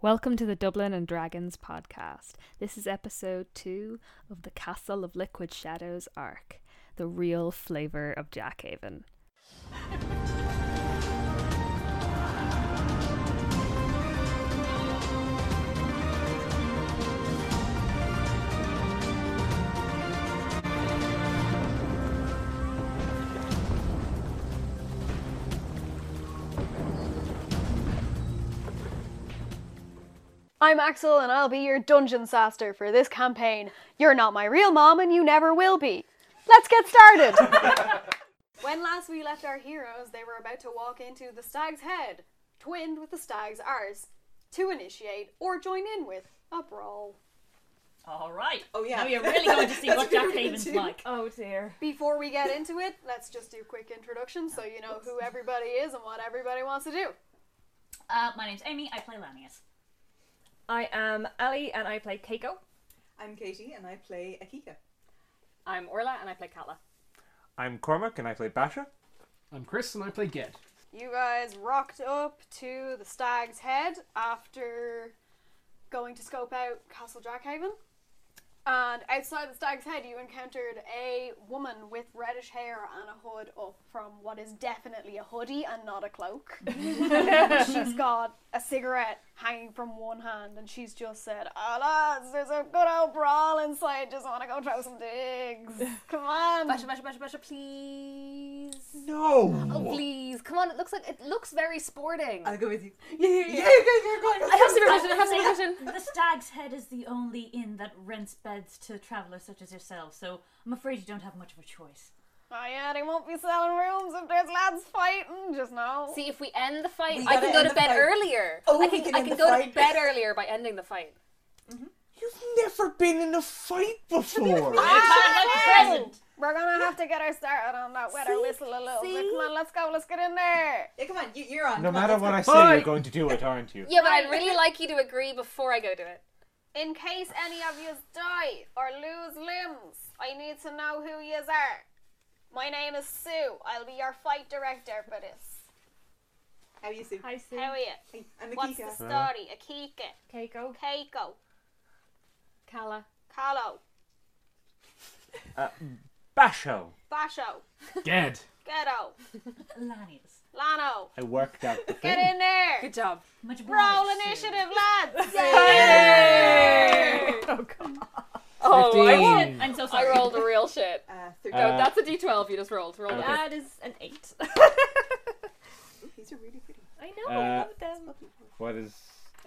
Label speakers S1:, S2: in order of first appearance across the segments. S1: Welcome to the Dublin and Dragons podcast. This is episode two of the Castle of Liquid Shadows arc, the real flavour of Jackhaven.
S2: I'm Axel, and I'll be your dungeon saster for this campaign. You're not my real mom, and you never will be. Let's get started! when last we left our heroes, they were about to walk into the stag's head, twinned with the stag's arse, to initiate or join in with a brawl.
S3: All right.
S4: Oh, yeah.
S3: Now you're really going to see what Jack Haven's like.
S5: Oh dear.
S2: Before we get into it, let's just do quick introductions so you know who everybody is and what everybody wants to do.
S3: Uh, my name's Amy. I play Lanius.
S5: I am Ali and I play Keiko.
S4: I'm Katie and I play Akika.
S6: I'm Orla and I play Katla.
S7: I'm Cormac and I play Basha.
S8: I'm Chris and I play Ged.
S2: You guys rocked up to the Stag's Head after going to scope out Castle Draghaven. And outside the Stag's Head, you encountered a woman with reddish hair and a hood up from what is definitely a hoodie and not a cloak. she's got a cigarette hanging from one hand, and she's just said, Oh, lads, there's a good old brawl inside. Just want to go throw some digs. Come on.
S6: Basha, basha, basha, basha, please.
S7: No.
S6: Oh, please. Come on, it looks like it looks very sporting.
S4: I'll go with you.
S6: I have supervision, I have supervision.
S3: The Stag's Head is the only inn that rents beds to travellers such as yourselves, so I'm afraid you don't have much of a choice.
S2: Oh yeah, they won't be selling rooms if there's lads fighting. Just know.
S6: See, if we end the fight,
S4: We
S6: I
S4: gotta
S6: can go
S4: end
S6: to
S4: the
S6: bed
S4: fight.
S6: earlier.
S4: Oh,
S6: I
S4: we
S6: can,
S4: can
S6: I
S4: end
S6: can
S4: the
S6: go to
S4: fight.
S6: bed earlier by ending the fight.
S7: You've never been in a fight before.
S3: Present.
S2: We're gonna have to get her started on that with her whistle a little bit. Come on, let's go. Let's get in there.
S4: Yeah, come on, you, you're on.
S7: No
S4: come on,
S7: matter
S4: let's
S7: what
S4: go.
S7: I say, you're going to do it, aren't you?
S6: Yeah, but I'd really like you to agree before I go do it.
S2: In case any of you die or lose limbs, I need to know who yous are. My name is Sue. I'll be your fight director for this.
S4: How you see?
S5: Hi Sue.
S2: How are you?
S4: Hey, I'm
S2: What's the
S4: Akika. Uh,
S2: story? Akika,
S5: Keiko.
S2: Keiko,
S6: Kala.
S2: Kalo,
S7: Basho.
S2: Basho,
S8: Ged.
S2: Ghetto,
S3: Lanius.
S2: Lano.
S7: I worked out the thing.
S2: Get in there.
S6: Good job.
S3: Much
S2: Roll
S3: obliged, Sue.
S2: initiative, lads.
S6: Oh, I, rolled,
S3: I'm so
S6: I
S3: sorry.
S6: rolled real shit.
S4: Uh, thirty-
S7: Uh,
S6: That's a d12 you just rolled. Roll
S7: Okay.
S6: that.
S5: That is an eight.
S4: These are really pretty.
S5: I know, I
S7: Uh,
S5: love them.
S7: what is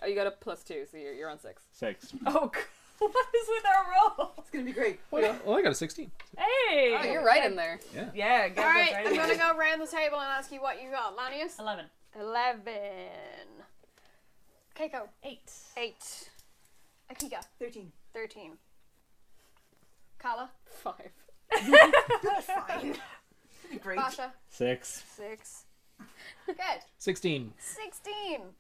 S6: Oh, you got a plus two, so you're, you're on six.
S7: six?
S5: Oh god. What is with our roll?
S4: It's gonna be great.
S8: Well, I got a 16.
S5: Hey!
S6: Oh, you're right in there.
S5: Yeah, good.
S2: All right, I'm gonna
S5: right.
S2: go around the table and ask you what you got. Lanius,
S3: Eleven.
S2: eleven. Keiko,
S5: Eight.
S2: eight. Akika,
S4: Thirteen.
S2: thirteen. Kala,
S6: Five.
S4: Fine. great.
S2: Basha,
S7: Six.
S2: six. Good,
S8: 16.
S2: sixteen.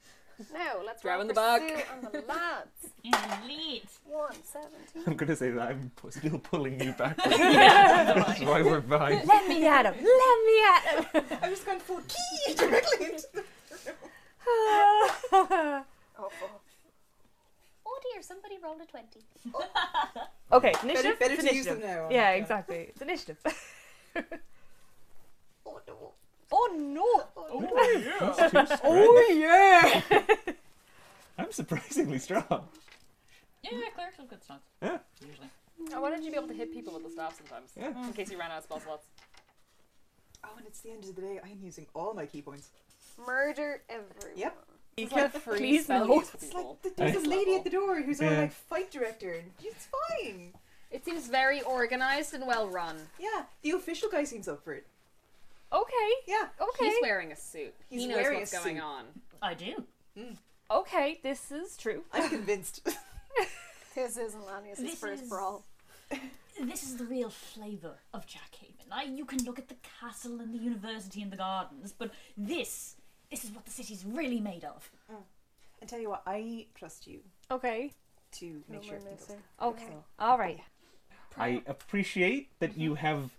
S2: Now let's
S6: Grab
S2: roll
S6: in the
S2: for
S6: back.
S2: Sue and the lads.
S3: In the lead.
S2: One seventeen.
S7: I'm gonna say that I'm p- still pulling you backwards. That's why we're behind.
S5: Let me at him. Let me at him.
S4: I'm just going full key directly into the.
S2: Oh, oh.
S9: Oh dear, somebody rolled a 20.
S5: okay,
S4: Better,
S5: initiative.
S4: better
S5: it's
S4: to use
S5: initiative.
S4: them now.
S5: Yeah, exactly. It's initiative. oh no.
S7: That's too
S4: Oh
S7: strong.
S4: yeah.
S7: I'm surprisingly strong.
S3: Yeah, yeah, clerics have good stats.
S7: Yeah.
S3: Usually.
S6: I wanted you to be able to hit people with the staff sometimes,
S7: Yeah.
S6: in case you ran out of spell slots.
S4: Oh, and it's the end of the day. I am using all my key points.
S2: Murder everyone.
S4: Yep.
S6: It's like free
S5: please
S6: spell
S5: no.
S6: use for
S4: It's like
S6: people.
S4: the, there's
S7: Hey.
S4: this lady at the door who's our
S7: Yeah.
S4: like fight director, and it's fine.
S6: It seems very organized and well run.
S4: Yeah, the official guy seems up for it.
S5: Okay.
S4: Yeah.
S9: Oh.
S5: Okay.
S6: He's wearing a suit. he
S4: He's
S6: knows
S4: wearing
S6: what's
S4: a
S6: going
S4: suit.
S6: on.
S3: I do.
S5: Okay, this is true.
S4: I'm convinced.
S2: This isn't Lanius'
S3: This
S2: first
S3: is-
S2: brawl.
S3: This is the real flavour of Jackhaven. I, you can look at the castle and the university and the gardens, but this, this is what the city's really made of.
S4: and tell you what, I trust you
S5: Okay.
S4: to make sure everything goes
S2: Missing.
S5: Okay. All right.
S7: I appreciate that you have.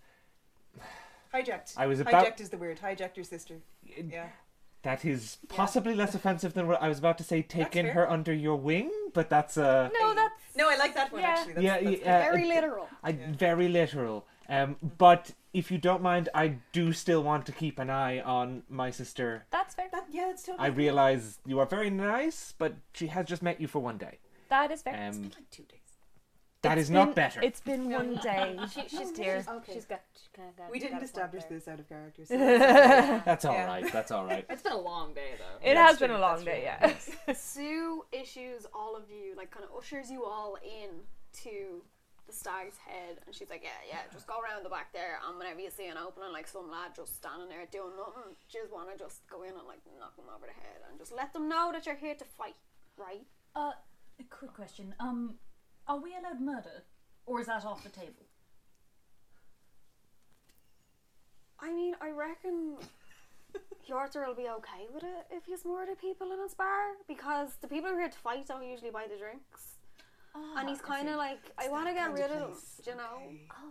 S4: Hijacked.
S7: I was about-
S4: Hijacked is the word. Hijacked your sister. Yeah.
S10: That is possibly less offensive than what I was about to say. Taking
S4: fair.
S10: her under your wing, but that's uh,
S5: No, that's
S4: No, I like that one
S5: Yeah.
S4: actually. That's,
S10: yeah,
S4: that's
S10: yeah, uh,
S2: Very
S10: it-
S2: literal.
S10: I, very literal. Um, but if you don't mind, I do still want to keep an eye on my sister.
S5: that's fair.
S4: That, yeah, it's totally.
S10: I realize you are very nice, but she has just met you for one day.
S5: That is fair.
S10: Um,
S4: like two days.
S10: that
S5: It's
S10: is not
S5: been-
S10: better.
S5: It's been one day.
S9: She, she's here. She's got. She kind of got
S4: We didn't
S9: got a point
S4: establish
S9: there.
S4: this out of character. So.
S10: That's all right.
S4: Yeah.
S10: That's all right.
S6: It's been a long day though.
S5: It has been a long
S4: that's true.
S5: day, yeah.
S2: Sue issues all of you, like, kind of ushers you all in to the stag's head, and she's like, "Yeah, yeah, just go around the back there, and whenever you see an opening, like some lad just standing there doing nothing, just want to just go in and like knock him over the head, and just let them know that you're here to fight, right?"
S3: Uh, a quick question. Um, are we allowed murder, or is that off the table?
S2: I mean, I reckon Yorter will be okay with it if he's more the people in his bar because the people who are here to fight don't usually buy the drinks, and he's kind of like, I want to get rid of him, do you know.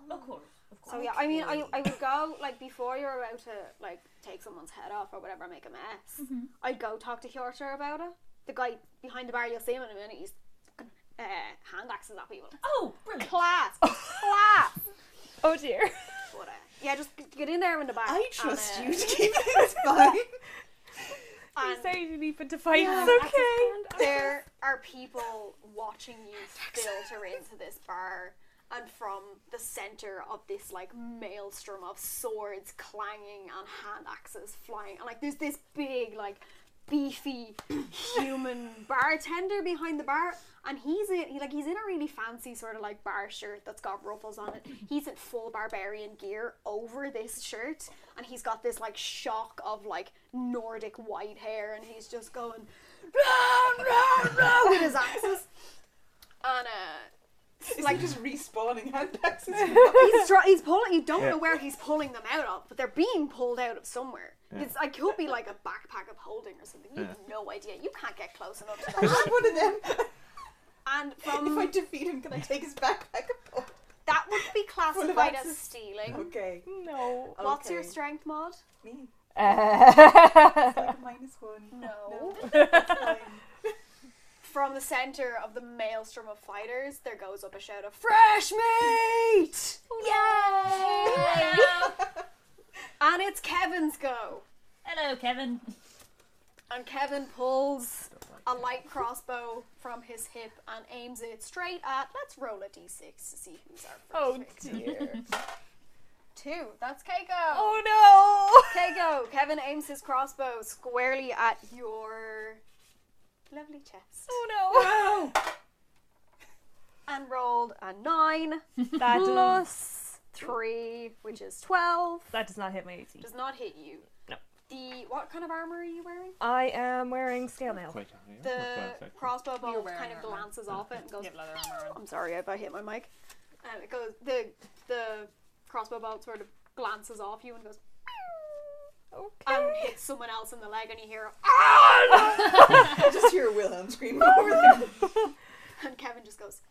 S3: Of course, of course.
S2: So yeah, I mean, I, I would go like before you're about to like take someone's head off or whatever, make a mess. I'd go talk to Hjorter about it. The guy behind the bar, you'll see him in a minute. He's fucking, uh, hand axes at people.
S3: Oh, brilliant!
S2: Class, class.
S5: Oh dear.
S2: But, uh, yeah, just g- get in there in the back.
S4: I trust
S2: and, uh,
S4: you to keep this fine.
S2: And
S5: So you need to fight.
S2: Yeah.
S5: It's okay.
S2: there are people watching you filter into this bar and from the center of this like maelstrom of swords clanging and hand axes flying and like there's this big like beefy human bartender behind the bar and he's in he, like he's in a really fancy sort of like bar shirt that's got ruffles on it he's in full barbarian gear over this shirt and he's got this like shock of like nordic white hair and he's just going "Rah, rah, rah," with his axes and uh
S4: Is
S2: Like-
S4: like just respawning hand axes.
S2: he's try- he's pulling. You don't
S10: Yeah.
S2: know where he's pulling them out of, but they're being pulled out of somewhere. It's like could be like a backpack of holding or something. You have no idea. You can't get close enough to that.
S4: I'm one of them.
S2: and
S4: If
S2: from
S4: I defeat him, can I take his backpack? apart?
S2: that would be classified as
S4: axes.
S2: stealing.
S4: Okay.
S5: No.
S2: What's your
S4: Okay.
S2: strength mod?
S4: Me.
S5: Uh,
S4: It's like a minus one.
S2: No.
S4: No. it's fine.
S2: From the center of the maelstrom of fighters, there goes up a shout of "Fresh meat!" Yay! and it's Kevin's go.
S3: Hello, Kevin.
S2: And Kevin pulls a light crossbow from his hip and aims it straight at. Let's roll a d6 to see who's our first
S5: Oh
S2: victim.
S5: dear.
S2: Two. That's Keiko.
S5: Oh
S2: Keiko. Kevin aims his crossbow squarely at your lovely chest
S5: no. Oh
S2: and rolled a nine plus three, which is twelve.
S5: no. That does not hit my AC.
S2: Does not hit you.
S5: No.
S2: The what kind of armor are you wearing?
S5: I am wearing scale mail.
S7: Quite hungry. I'm not
S2: The
S7: quite sick.
S2: crossbow bolt
S6: wearing
S2: kind of
S6: armor.
S2: glances off it and goes
S6: You have leather armor on.
S2: I'm sorry if I hit my mic. Um, it goes the the crossbow bolt sort of glances off you and goes
S5: Okay.
S2: and hits someone else in the leg, and you hear
S4: I just hear Wilhelm scream over there.
S2: and Kevin just goes,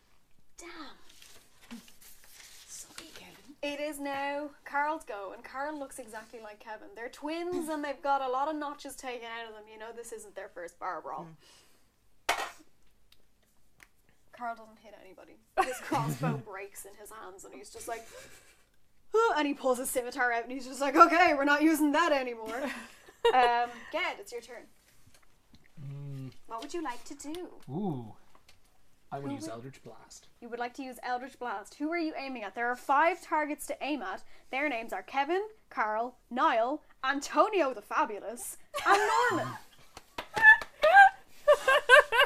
S2: "Damn!"
S4: Sorry, Kevin.
S2: It is now Carl's go, and Carl looks exactly like Kevin. They're twins, and they've got a lot of notches taken out of them. You know this isn't their first bar brawl. Carl doesn't hit anybody. His crossbow breaks in his hands, and he's just like, "Huh," and he pulls his scimitar out, and he's just like, "Okay, we're not using that anymore." um, Ged, it's your turn. What would you like to do?
S8: Ooh. I want to use Eldritch Blast.
S2: You would like to use Eldritch Blast. Who are you aiming at? There are five targets to aim at. Their names are Kevin, Carl, Niall, Antonio the Fabulous, and Norman.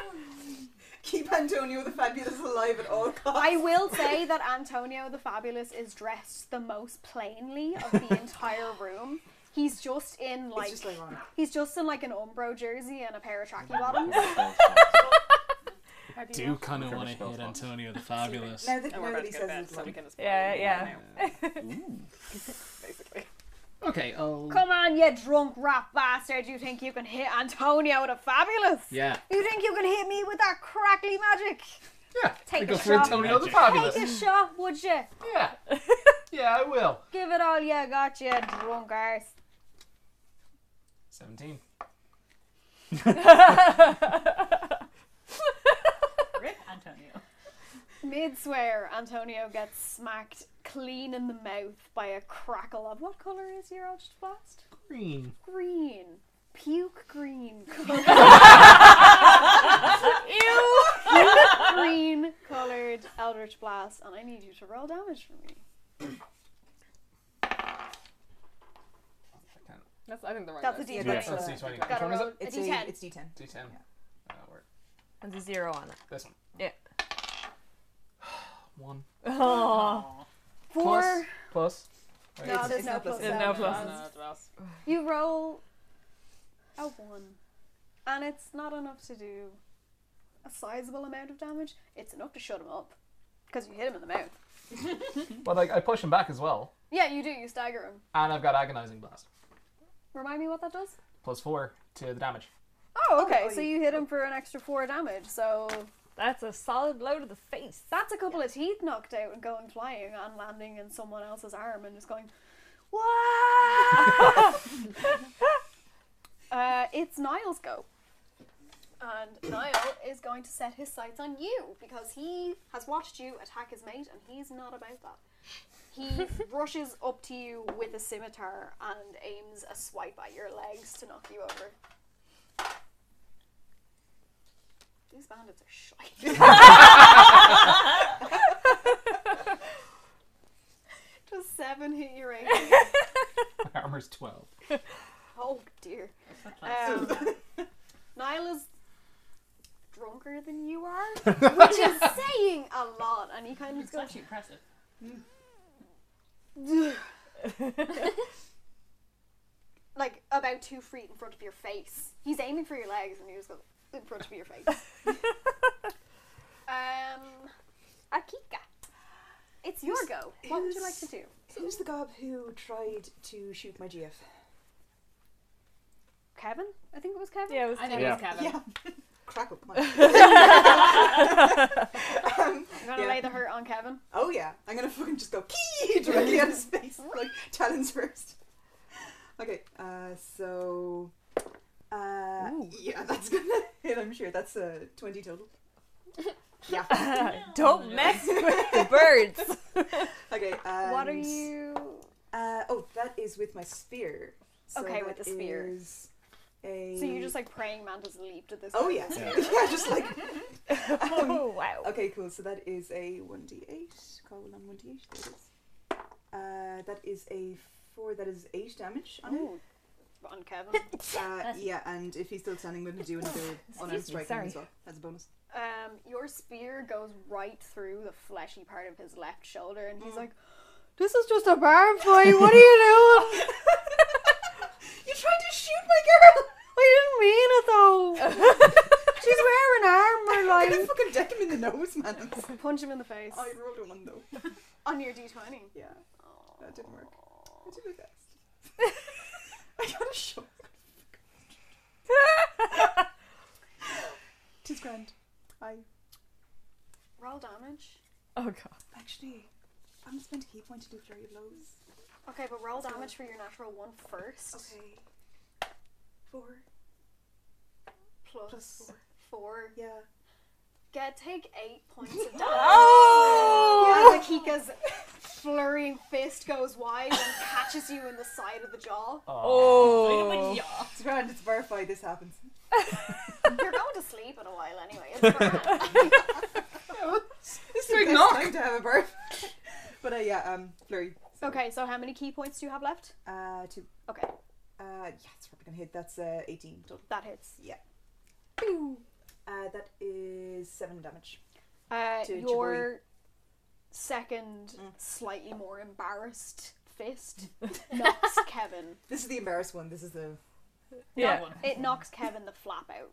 S4: Keep Antonio the Fabulous alive at all costs.
S2: I will say that Antonio the Fabulous is dressed the most plainly of the entire room. He's just in like,
S4: It's just ironic.
S2: he's just in like an Umbro jersey and a pair of tracky bottoms.
S8: Do kind of want to
S7: spell
S8: hit
S7: slots.
S8: Antonio the Fabulous.
S4: Now that,
S6: And
S4: now
S6: we're
S4: that
S6: about
S4: he
S6: to go to
S4: says
S6: bed,
S4: it's
S6: so we
S4: like,
S6: can just
S5: Yeah,
S6: play
S5: yeah.
S6: now, Basically.
S8: Okay, I'll.
S2: Come on, you drunk rap bastard! You think you can hit Antonio the Fabulous?
S8: Yeah.
S2: You think you can hit me with that crackly magic?
S8: Yeah.
S2: Take
S8: I
S2: a
S8: go for
S2: shot.
S8: Antonio the
S2: Take a
S8: Fabulous.
S2: shot, would you?
S8: Yeah. Yeah, I will.
S2: Give it all you got, you drunk arse.
S8: 17.
S3: Rip Antonio.
S2: Mid swear, Antonio gets smacked clean in the mouth by a crackle of what color is your old blast?
S8: Green.
S2: Green. Puke green.
S5: Ew!
S2: Puke green colored Eldritch Blast, and I need you to roll damage for me.
S9: That's, I think the right
S2: That's a
S9: dice.
S2: D20.
S10: Yes.
S8: That's D20. Which
S2: Gotta
S8: one is
S2: roll
S8: it?
S2: a
S4: It's
S2: D10.
S4: It's D10.
S8: D10.
S4: Yeah.
S8: Uh, where-
S5: And a zero on it.
S8: this one.
S5: Yeah.
S8: One.
S5: Oh.
S2: Four.
S8: Plus. Wait.
S2: No, there's
S4: it's
S2: no
S4: not
S2: plus.
S4: plus.
S5: There's no
S2: seven.
S5: plus.
S9: No, it's Ross.
S2: You roll a one, and it's not enough to do a sizable amount of damage. It's enough to shut him up because you hit him in the mouth.
S8: Well, like I push him back as well,
S2: Yeah, you do. You stagger him.
S8: and I've got agonizing blast.
S2: Remind me what that does.
S8: Plus four to the damage.
S2: Oh, okay. So you hit him for an extra four damage. So
S5: That's a solid blow to the face.
S2: that's a couple of teeth knocked out and going flying and landing in someone else's arm and just going, wow. uh, it's Niall's go. And Niall is going to set his sights on you because he has watched you attack his mate and he's not about that. He rushes up to you with a scimitar and aims a swipe at your legs to knock you over. These bandits are shite. Does seven hit your AC?
S8: My armor's twelve.
S2: oh dear.
S3: That's like-
S2: Um, Niall is drunker than you are, which is saying a lot, and he kind of
S3: It's
S2: goes,
S3: actually impressive.
S2: like about two feet in front of your face. He's aiming for your legs, and he just goes in front of your face. um, Akika, it's your
S4: Who's-
S2: go. What would you like to
S4: who's-
S2: do?
S4: Who's the gob who tried to shoot my GF?
S2: Kevin, I think it was Kevin.
S5: Yeah, it was
S9: I think
S10: Yeah.
S9: it's Kevin.
S4: Yeah. Crack up my.
S2: I'm gonna
S4: Yeah.
S2: lay the hurt on Kevin.
S4: Oh yeah, I'm gonna fucking just go key directly at his face, like talons first. Okay, uh, so uh, yeah, that's gonna hit. I'm sure that's a uh, twenty total. Yeah.
S5: Don't mess with the birds.
S4: Okay. And,
S2: what are you?
S4: Uh, oh, that is with my spear. So
S2: Okay, with
S4: that
S2: the spear.
S4: is A...
S2: So you're just like praying mantis leaped at this.
S4: Mm. Oh
S2: point?
S4: yeah.
S7: Yeah.
S4: yeah, just like. um,
S5: Oh, wow.
S4: okay, cool. So that is a one d eight. Call on one d eight. There it is. Uh, that is a four. That is eight damage on it.
S2: Ooh, on Kevin.
S4: Uh, yeah, and if he's still standing, we're going to do another unarmed strike on him as well as a bonus.
S2: Um, your spear goes right through the fleshy part of his left shoulder, and he's
S4: Mm.
S2: like, "This is just a bar fight. What are you doing?
S4: You tried to shoot my
S2: I didn't mean it though. She's wearing
S4: girl! I'm
S2: armor,
S4: going to fucking deck him in the nose, man. I'm sorry.
S2: like punch him in the face
S4: I rolled a one, though.
S2: on your d twenty.
S4: Yeah, that didn't work. I did my best. I got a shock. Tis grand. I
S2: Roll damage.
S5: Oh, God.
S4: actually, I'm just going to keep wanting to do flurry of blows.
S2: Okay, but roll damage for your natural one first.
S4: Okay. Four.
S2: Plus,
S4: Plus four.
S2: four.
S4: Yeah.
S2: Get take eight points of damage.
S5: Oh!
S2: As Akika's flurrying fist goes wide and catches you in the side of the jaw.
S5: Oh.
S4: It's grand. It's verified. This happens.
S2: You're going to sleep in a while anyway. It's fine.
S4: This is the best time to have a birth. but uh, yeah, um, flurry.
S2: okay, so how many key points do you have left?
S4: Uh, two.
S2: Okay,
S4: Uh, yeah, it's probably gonna hit. That's uh, eighteen total.
S2: that hits.
S4: Uh, that is seven damage.
S2: Uh,
S4: To Mm.
S2: your second, slightly more embarrassed fist knocks Kevin.
S4: This is the embarrassed one. This is the
S5: Yeah.
S2: It knocks Kevin the flap out.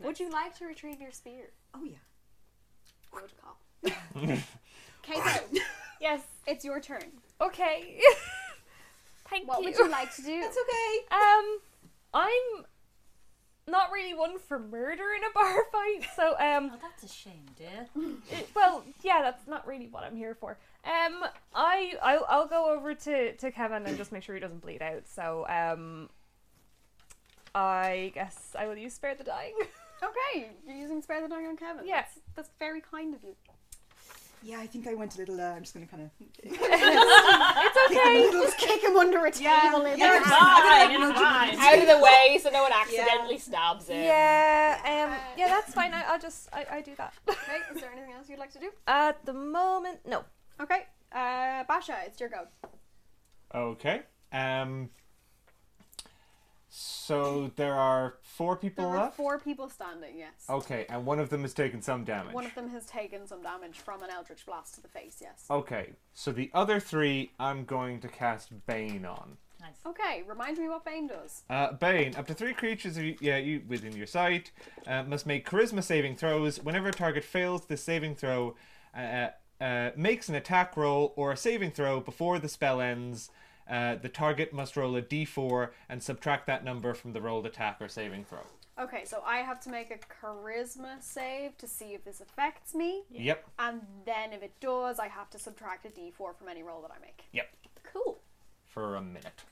S2: Would you like to retrieve your spear?
S4: oh yeah.
S2: Good call. Kato,
S5: Yes.
S2: it's your turn.
S5: Okay. Thank
S2: What
S5: you.
S2: would you like to do?
S4: It's okay.
S5: Um, I'm not really one for murder in a bar fight, so um,
S3: Oh, that's a shame, dear.
S5: it- well, yeah, that's not really what I'm here for. Um, I I'll, I'll go over to to Kevin and just make sure he doesn't bleed out. So um, I guess I will use Spare the Dying.
S2: Okay, you're using Spare the Dying on Kevin.
S5: Yeah.
S2: That's, that's very kind of you.
S4: Yeah, I think I went a little. Uh, I'm just gonna kind of.
S5: it's
S2: Okay, just kick him under a table.
S4: Yeah,
S2: and-
S4: yeah,
S3: Ah,
S9: Out of the way so no one accidentally stabs it.
S5: Yeah, um, yeah, that's fine. I, I'll just, I, I do that.
S2: Okay, is there anything else you'd like to do?
S5: At the moment, no.
S2: Okay, uh, Basha, it's your go.
S10: Okay. Um. So there are four people
S2: There are
S10: left.
S2: four people standing, yes.
S7: Oh.
S10: Okay, and one of them has taken some damage.
S2: One of them has taken some damage from an eldritch blast to the face, yes.
S10: Okay, so the other three I'm going to cast Bane on.
S2: Okay, remind me what Bane does.
S10: Uh, Bane, up to three creatures of you, yeah, you, within your sight uh, must make charisma saving throws. Whenever a target fails the saving throw, uh, uh, makes an attack roll or a saving throw before the spell ends, uh, the target must roll a d4 and subtract that number from the rolled attack or saving throw.
S2: Okay, so I have to make a charisma save to see if this affects me,
S10: Yep,
S2: and then if it does, I have to subtract a d4 from any roll that I make.
S10: yep,
S2: Cool.
S10: for a minute.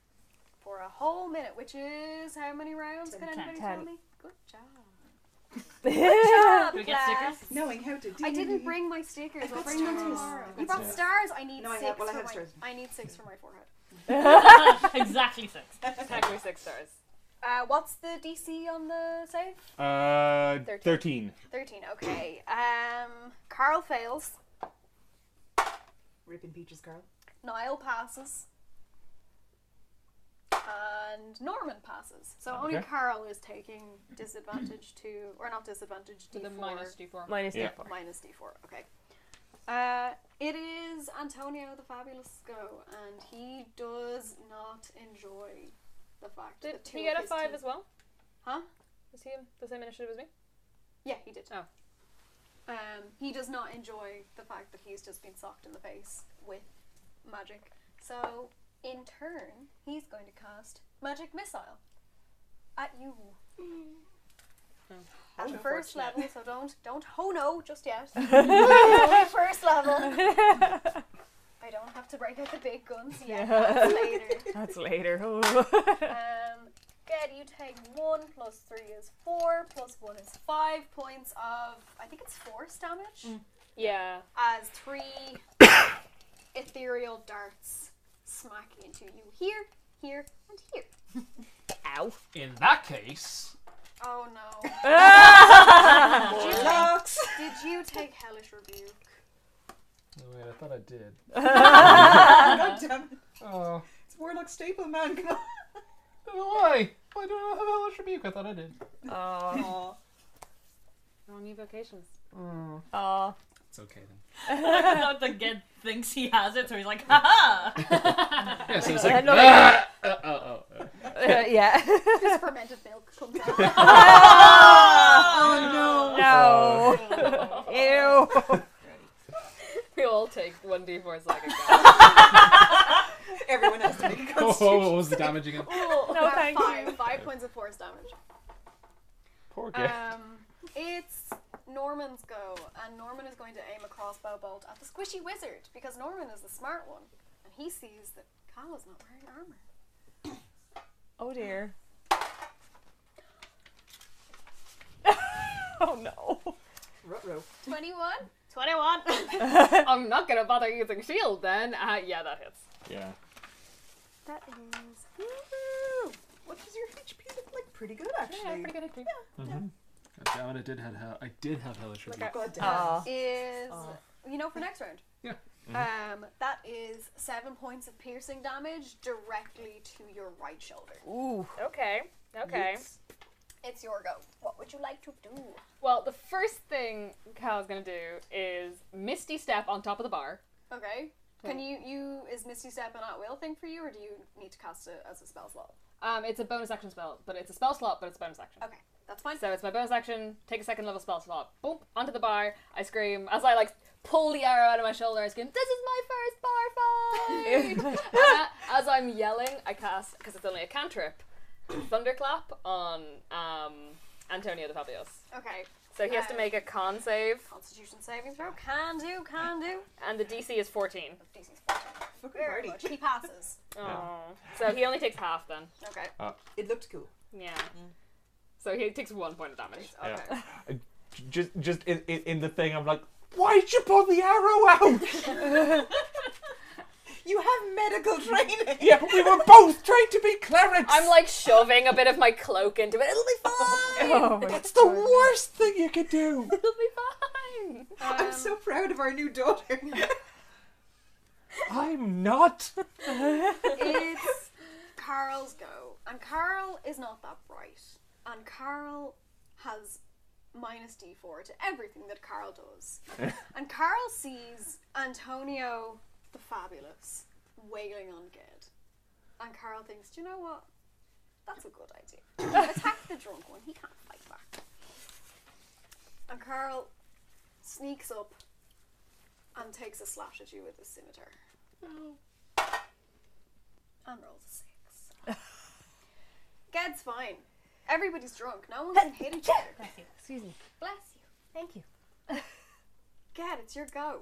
S2: For a whole minute, which is how many rounds? Can
S3: Ten.
S2: anybody tell
S5: Ten.
S2: me? Good job.
S5: Do
S3: we get stickers?
S4: Knowing how to.
S2: I didn't bring my stickers. I'll
S4: got
S2: bring them
S4: stars.
S2: tomorrow.
S4: I've
S2: You
S4: got
S2: brought stars. I need
S4: No, I
S2: six.
S4: have- well, I
S2: for
S4: have
S2: my,
S4: stars.
S2: I need six for my forehead.
S3: exactly six.
S9: Pack your six stars.
S2: Uh, what's the DC on the save?
S10: Uh,
S9: Thirteen.
S10: 13.
S2: Thirteen. Okay. Um, Carl fails.
S4: Ripping peaches, Carl.
S2: Niall passes. And Norman passes. So only
S10: Okay.
S2: Carl is taking disadvantage to, or not disadvantage, d4.
S6: The minus d4.
S5: Minus
S10: Yeah.
S5: D4.
S2: minus d4, okay. Uh, it is Antonio the Fabulous Go, and he does not enjoy the fact
S9: Did
S2: that two
S9: he get
S2: of
S9: a
S2: his
S9: five
S2: team-
S9: as well?
S2: Huh?
S9: Was he the same initiative as me?
S2: Yeah, he did.
S9: Oh.
S2: Um, he does not enjoy the fact that he's just been socked in the face with magic. So, in turn, he's going to cast Magic Missile at you. At the first level, so don't don't ho no just yet. Only first level. I don't have to break out the big guns yet. That's later.
S5: That's later.
S2: Um, good. You take one plus three is four plus one is five points of I think it's force damage
S5: Mm.
S9: Yeah.
S2: as three ethereal darts smack into you here, here, and here.
S5: Ow.
S8: In that case,
S2: Oh no!
S4: Lux.
S2: Did you take hellish rebuke?
S8: oh, wait, I thought I did.
S4: God damn it.
S8: Oh,
S4: It's Warlock Staple Man. Come
S8: why? I don't know how much rebuke I thought I did.
S5: Aw.
S4: on.
S9: Wrong evocations.
S5: Aw.
S8: It's okay then.
S3: Not the kid thinks he has it, so he's like, ha ha.
S8: Yeah, so it's
S5: I
S8: like.
S5: know
S8: "Ah, uh, uh, uh, uh."
S5: Uh, yeah.
S2: Just fermented milk comes out.
S3: Oh.
S8: Oh.
S5: no. Ew.
S9: We all take one d4 psychic damage.
S4: Everyone has to make a
S8: Oh,
S4: constitution.
S8: oh, what was the damage again?
S5: No,
S2: Uh,
S5: thank
S2: five,
S5: you.
S2: Five points of force damage.
S7: Poor guy.
S2: Um, it's Norman's go, and Norman is going to aim a crossbow bolt at the squishy wizard because Norman is the smart one, and he sees that Kyle is not wearing armor.
S5: Oh dear. oh no.
S4: Ruh-roh.
S2: Twenty-one.
S9: 21! I'm not gonna bother using shield then. Uh, yeah, that hits.
S10: Yeah.
S2: That is.
S4: Woo! What does your HP look like? Pretty good, actually.
S9: Yeah, pretty good actually.
S8: God damn it, I did have hell. I did have hellish rebuke.
S4: God damn.
S5: Aw.
S2: Is you know for next round.
S8: Yeah.
S2: Um, that is seven points of piercing damage directly to your right shoulder.
S5: Ooh.
S9: Okay, okay.
S2: It's your go. What would you like to do?
S9: Well, the first thing Cal's gonna do is Misty Step on top of the bar.
S2: Okay. Can you you is Misty Step an at will thing for you, or do you need to cast it as a spell slot?
S9: Um, it's a bonus action spell, but it's a spell slot, but it's a bonus action.
S2: Okay, that's fine.
S9: So it's my bonus action, take a second level spell slot, boom, onto the bar, I scream, as I like pull the arrow out of my shoulder, I scream, this is my first bar fight! And a- as I'm yelling, I cast, because it's only a cantrip, Thunderclap on um, Antonio the Fabulous.
S2: Okay.
S9: So he has to
S2: Um,
S9: make a con save,
S2: Constitution saving throw. Can do, can do.
S9: and the DC is 14.
S2: DC's 14.
S4: Fucking
S2: Very
S4: party.
S2: much. He passes.
S9: Oh. So he only takes half then.
S2: Okay.
S4: It looked cool.
S9: Yeah. So he takes one point of damage.
S10: Yeah. I- Just, just in, in, in the thing, I'm like, why'd you pull the arrow out?
S4: You have medical training.
S10: yeah, we were both trying to be clerics.
S9: I'm like shoving a bit of my cloak into it. It'll be fine.
S10: that's the worst thing you could do.
S9: It'll be fine.
S4: I'm so proud of our new daughter.
S10: I'm not.
S2: it's Carl's go, and Carl is not that bright, and Carl has minus d4 to everything that Carl does, and Carl sees Antonio the Fabulous wailing on Gid, and Carl thinks, do you know what? That's a good idea. Attack the drunk one; he can't fight back. And Carl sneaks up and takes a slash at you with his scimitar. And rolls a six. Ged's fine. Everybody's drunk. No one can hit each other.
S5: Excuse me.
S2: Bless you.
S5: Thank you.
S2: Ged, it's your go.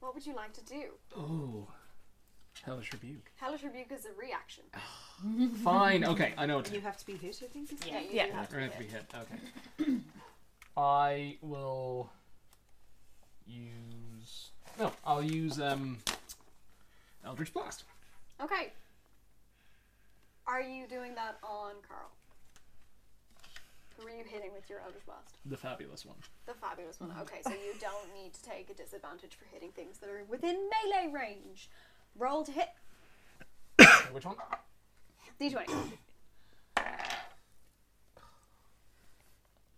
S2: What would you like to do?
S8: Oh. Hellish rebuke.
S2: Hellish Rebuke is a reaction.
S8: Fine, okay, I know what to
S4: you
S8: do.
S4: have to be hit, I think. Is
S2: Yeah, you
S5: Yeah.
S2: do have
S8: We're gonna have to
S2: to
S8: be hit. Okay. I will use No, I'll use um Eldritch Blast.
S2: Okay. Are you doing that on Carl? Who are you hitting with your Eldritch Blast?
S8: The fabulous one.
S2: The fabulous one. Okay, so you don't need to take a disadvantage for hitting things that are within melee range. Roll to hit.
S8: Which one?
S2: D20.